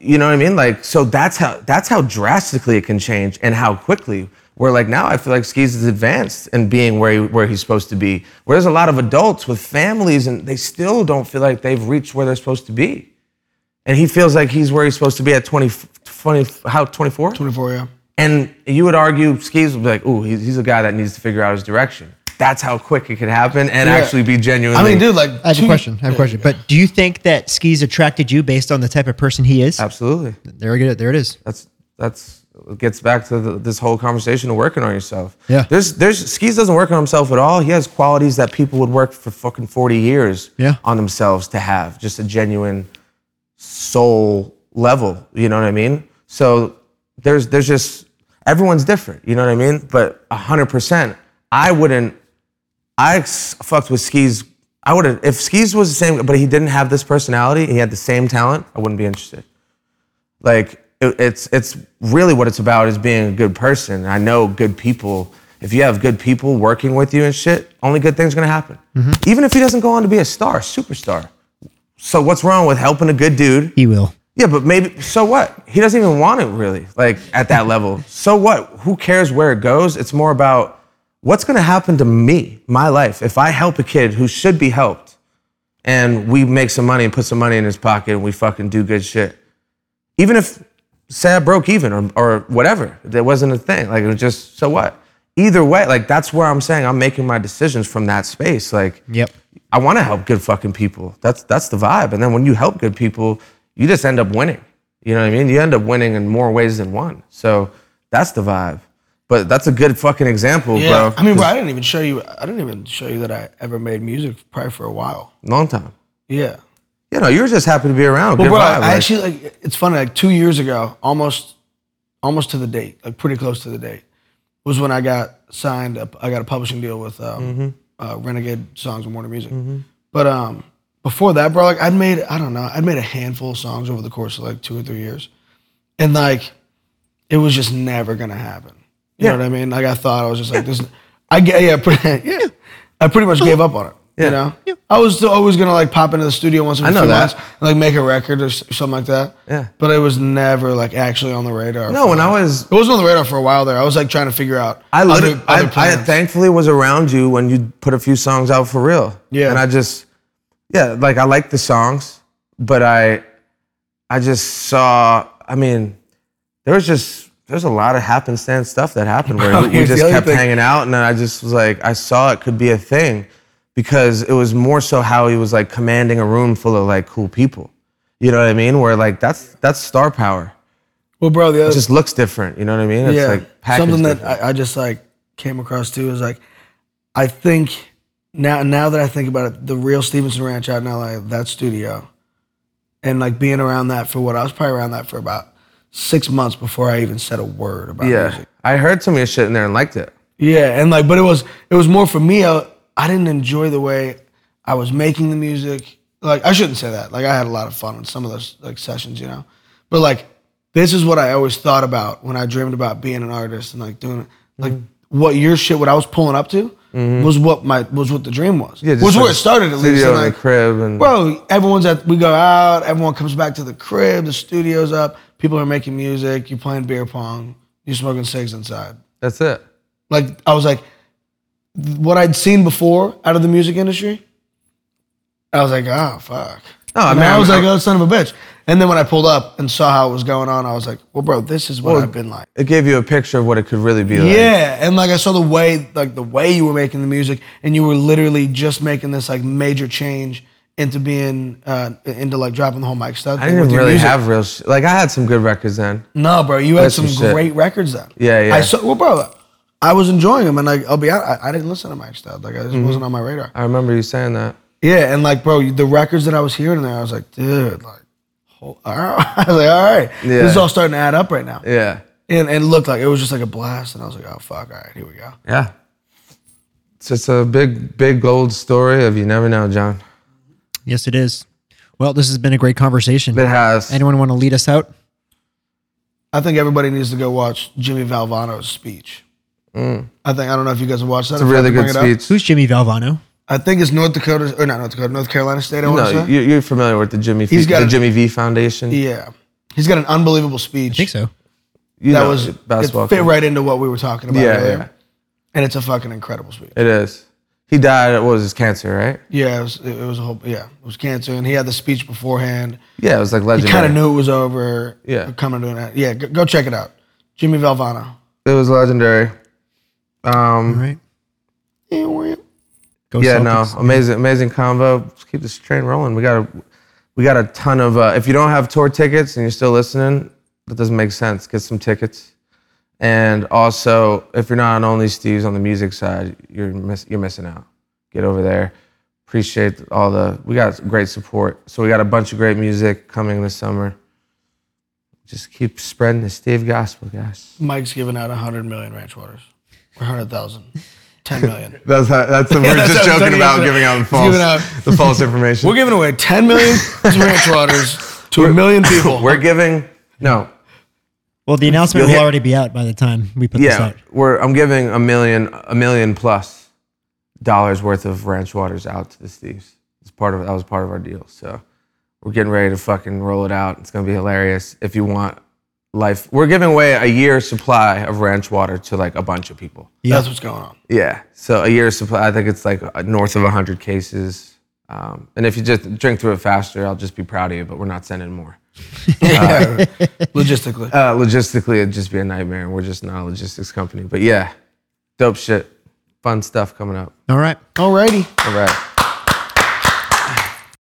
Speaker 3: you know what I mean? Like, so that's how that's how drastically it can change and how quickly. Where like now, I feel like Skis is advanced in being where he, where he's supposed to be. Where there's a lot of adults with families and they still don't feel like they've reached where they're supposed to be. And he feels like he's where he's supposed to be at 20, 20 how 24?
Speaker 4: Twenty four, yeah.
Speaker 3: And you would argue Skis would be like, ooh, he's, he's a guy that needs to figure out his direction. That's how quick it could happen and
Speaker 4: Yeah.
Speaker 3: actually be genuinely.
Speaker 4: I mean, dude, like
Speaker 2: I have a
Speaker 4: two-
Speaker 2: question. I have a question. But do you think that skis attracted you based on the type of person he is?
Speaker 3: Absolutely.
Speaker 2: Uh, There we go. There it is.
Speaker 3: that's that's it gets back to the, this whole conversation of working on yourself.
Speaker 2: Yeah.
Speaker 3: There's there's Skis doesn't work on himself at all. He has qualities that people would work for fucking 40 years
Speaker 2: Yeah.
Speaker 3: on themselves to have. Just a genuine soul level, you know what I mean? So there's there's just everyone's different, you know what I mean? But 100% I wouldn't I s- fucked with Skis I would have if Skis was the same but he didn't have this personality, he had the same talent, I wouldn't be interested like it, it's it's really what it's about is being a good person. And I know good people. If you have good people working with you and shit, only good things gonna happen. Even if he doesn't go on to be a star, superstar. So what's wrong with helping a good dude?
Speaker 2: He will.
Speaker 3: Yeah, but maybe so what? He doesn't even want it really, like at that level. So what? Who cares where it goes? It's more about what's gonna happen to me, my life, if I help a kid who should be helped and we make some money and put some money in his pocket and we fucking do good shit. Even if say I broke even or, or whatever, there wasn't a thing. Like it was just so what? Either way, like that's where I'm saying I'm making my decisions from that space. Like
Speaker 2: Yep.
Speaker 3: I want to help good fucking people. That's that's the vibe. And then when you help good people, you just end up winning. You know what I mean? You end up winning in more ways than one. So that's the vibe. But that's a good fucking example,
Speaker 4: Yeah.
Speaker 3: bro.
Speaker 4: I mean, bro, I didn't even show you. I didn't even show you that I ever made music probably for a while.
Speaker 3: Long time.
Speaker 4: Yeah.
Speaker 3: You know, you were just happy to be around.
Speaker 4: Well,
Speaker 3: good
Speaker 4: bro,
Speaker 3: vibe.
Speaker 4: I
Speaker 3: like-
Speaker 4: actually like. It's funny. Like two years ago, almost, almost to the date, like pretty close to the date, was when I got signed up. I got a publishing deal with
Speaker 3: Mm-hmm.
Speaker 4: um, uh, Renegade Songs and Warner Music. But um, before that, bro, like I'd made I don't know, I'd made a handful of songs over the course of like two or three years, and like, it was just never gonna happen. You know what I mean? Like I thought I was just like this. I get yeah, pretty, yeah. I pretty much gave up on it. You know, I was still always gonna like pop into the studio once every
Speaker 3: know
Speaker 4: few
Speaker 3: that.
Speaker 4: months and, like make a record or s- something like that.
Speaker 3: Yeah.
Speaker 4: But it was never like actually on the radar.
Speaker 3: no, when I was
Speaker 4: it wasn't on the radar for a while there. I was like trying to figure out.
Speaker 3: I
Speaker 4: other-
Speaker 3: literally, I,
Speaker 4: other
Speaker 3: I
Speaker 4: plans.
Speaker 3: thankfully was around you when you put a few songs out for real.
Speaker 4: Yeah.
Speaker 3: And I just, yeah, like I liked the songs, but I, I just saw. I mean, there was just there's a lot of happenstance stuff that happened where we- we
Speaker 4: here's
Speaker 3: just
Speaker 4: the other
Speaker 3: kept
Speaker 4: thing.
Speaker 3: hanging out, and then I just was like, I saw it could be a thing, because it was more so how he was like commanding a room full of like cool people. You know what I mean? Where like that's that's star power.
Speaker 4: Well, bro, the other
Speaker 3: It just looks different. You know what I mean? It's
Speaker 4: Uh, yeah,
Speaker 3: like packaged
Speaker 4: something that
Speaker 3: different.
Speaker 4: I, I just like came across too is like, I think now now that I think about it, the real Stevenson Ranch out in LA, that studio, and like being around that for what I was probably around that for about six months before I even said a word about music.
Speaker 3: yeah. I heard some of your shit in there and liked it.
Speaker 4: Yeah, and like, but it was it was more for me. I, I didn't enjoy the way I was making the music. Like, I shouldn't say that. Like, I had a lot of fun with some of those like sessions, you know. But like, this is what I always thought about when I dreamed about being an artist and like doing it. Like,
Speaker 3: Mm.
Speaker 4: what your shit, what I was pulling up to, was what my was what the dream was.
Speaker 3: Mm-hmm. Yeah, just
Speaker 4: was where
Speaker 3: like
Speaker 4: it started at least.
Speaker 3: studio
Speaker 4: And
Speaker 3: in the
Speaker 4: like,
Speaker 3: crib and-
Speaker 4: bro, everyone's at we go out. Everyone comes back to the crib. The studio's up. People are making music. You playing beer pong. You smoking cigs inside.
Speaker 3: That's it.
Speaker 4: Like I was like, th- what I'd seen before out of the music industry, I was like, oh fuck.
Speaker 3: No, I
Speaker 4: And
Speaker 3: mean,
Speaker 4: I was
Speaker 3: I'm-
Speaker 4: like, oh son of a bitch. And then when I pulled up and saw how it was going on, I was like, well, bro, this is what I've been like.
Speaker 3: It gave you a picture of what it could really be like.
Speaker 4: Yeah, and like I saw the way, like the way you were making the music, and you were literally just making this like major change into being uh, into like dropping the whole mic stuff.
Speaker 3: I didn't really have real shit. Like I had some good records then.
Speaker 4: No, bro, you had
Speaker 3: That's
Speaker 4: some
Speaker 3: some shit.
Speaker 4: great records then.
Speaker 3: Yeah, yeah.
Speaker 4: I saw, well, bro, I was enjoying them, and like I'll be honest, I, I didn't listen to Mike Stout. Like I just
Speaker 3: Mm-hmm.
Speaker 4: wasn't on my radar.
Speaker 3: I remember you saying that.
Speaker 4: Yeah, and like, bro, the records that I was hearing there, I was like, dude, like, hol- all right. I was like, all right, this is
Speaker 3: Yeah.
Speaker 4: all starting to add up right now.
Speaker 3: Yeah.
Speaker 4: And and it looked like it was just like a blast, and I was like, oh fuck, all right, here we go.
Speaker 3: Yeah. It's just a big, big old story of you never know, John.
Speaker 2: Yes, it is. Well, this has been a great conversation.
Speaker 3: It has.
Speaker 2: Anyone want to lead us out?
Speaker 4: I think everybody needs to go watch Jimmy Valvano's speech. I think I don't know if you guys have watched that.
Speaker 3: Mm. it's a
Speaker 4: if I have
Speaker 3: really
Speaker 4: to
Speaker 3: good
Speaker 4: bring it up.
Speaker 3: speech.
Speaker 2: Who's Jimmy Valvano?
Speaker 4: I think it's North Dakota or not North Dakota, North Carolina State. I want
Speaker 3: No,
Speaker 4: to say.
Speaker 3: you- you're familiar with the Jimmy.
Speaker 4: He's
Speaker 3: V,
Speaker 4: got
Speaker 3: the
Speaker 4: a-
Speaker 3: Jimmy V Foundation.
Speaker 4: yeah, he's got an unbelievable speech.
Speaker 2: I think so.
Speaker 3: You
Speaker 4: that
Speaker 3: know,
Speaker 4: was
Speaker 3: basketball.
Speaker 4: it fit
Speaker 3: coach.
Speaker 4: right into what we were talking about
Speaker 3: Yeah,
Speaker 4: earlier.
Speaker 3: yeah.
Speaker 4: And it's a fucking incredible speech.
Speaker 3: It is. He died. What was his cancer, right?
Speaker 4: Yeah, it was, it was a whole yeah, it was cancer, and he had the speech beforehand.
Speaker 3: Yeah, it was like
Speaker 4: He
Speaker 3: legendary.
Speaker 4: kind of knew it was over.
Speaker 3: Yeah.
Speaker 4: coming to an end. Yeah, go, go check it out, Jimmy Valvano.
Speaker 3: It was legendary. Um,
Speaker 2: Right. Go
Speaker 3: yeah,
Speaker 2: Celtics.
Speaker 3: no, amazing, amazing convo. Let's keep this train rolling. We got a, we got a ton of. Uh, if you don't have tour tickets and you're still listening, that doesn't make sense. Get some tickets. And also, if you're not on only Steve's on the music side, you're miss, you're missing out. Get over there. Appreciate all the. We got great support. So we got a bunch of great music coming this summer. Just keep spreading the Steve gospel, guys.
Speaker 4: Mike's giving out hundred million ranch waters, or hundred thousand. 10 million.
Speaker 5: That's how, that's the, we're
Speaker 4: that's
Speaker 5: just
Speaker 4: how it's
Speaker 5: joking
Speaker 4: like
Speaker 5: about
Speaker 4: it's-
Speaker 5: giving out the
Speaker 4: it's
Speaker 5: false,
Speaker 4: giving out-
Speaker 5: the false information.
Speaker 4: We're giving away 10 million ranch waters to a million people.
Speaker 3: We're giving no,
Speaker 2: Well, the announcement
Speaker 3: You'll
Speaker 2: will
Speaker 3: hear-
Speaker 2: already be out by the time we put this
Speaker 3: yeah.
Speaker 2: out.
Speaker 3: We're I'm giving a million a million plus dollars worth of ranch waters out to the Steves. It's part of that was part of our deal. So we're getting ready to fucking roll it out. It's gonna be hilarious. If you want life, we're giving away a year's supply of ranch water to like a bunch of people.
Speaker 4: That's what's going on.
Speaker 3: Yeah. So a year's supply. I think it's like uh, north of 100 cases. Um, and if you just drink through it faster, I'll just be proud of you. But we're not sending more.
Speaker 4: Logistically.
Speaker 3: Uh, logistically, it'd just be a nightmare, and we're just not a logistics company. But yeah, dope shit, fun stuff coming up.
Speaker 2: All right.
Speaker 4: Alrighty.
Speaker 3: All right.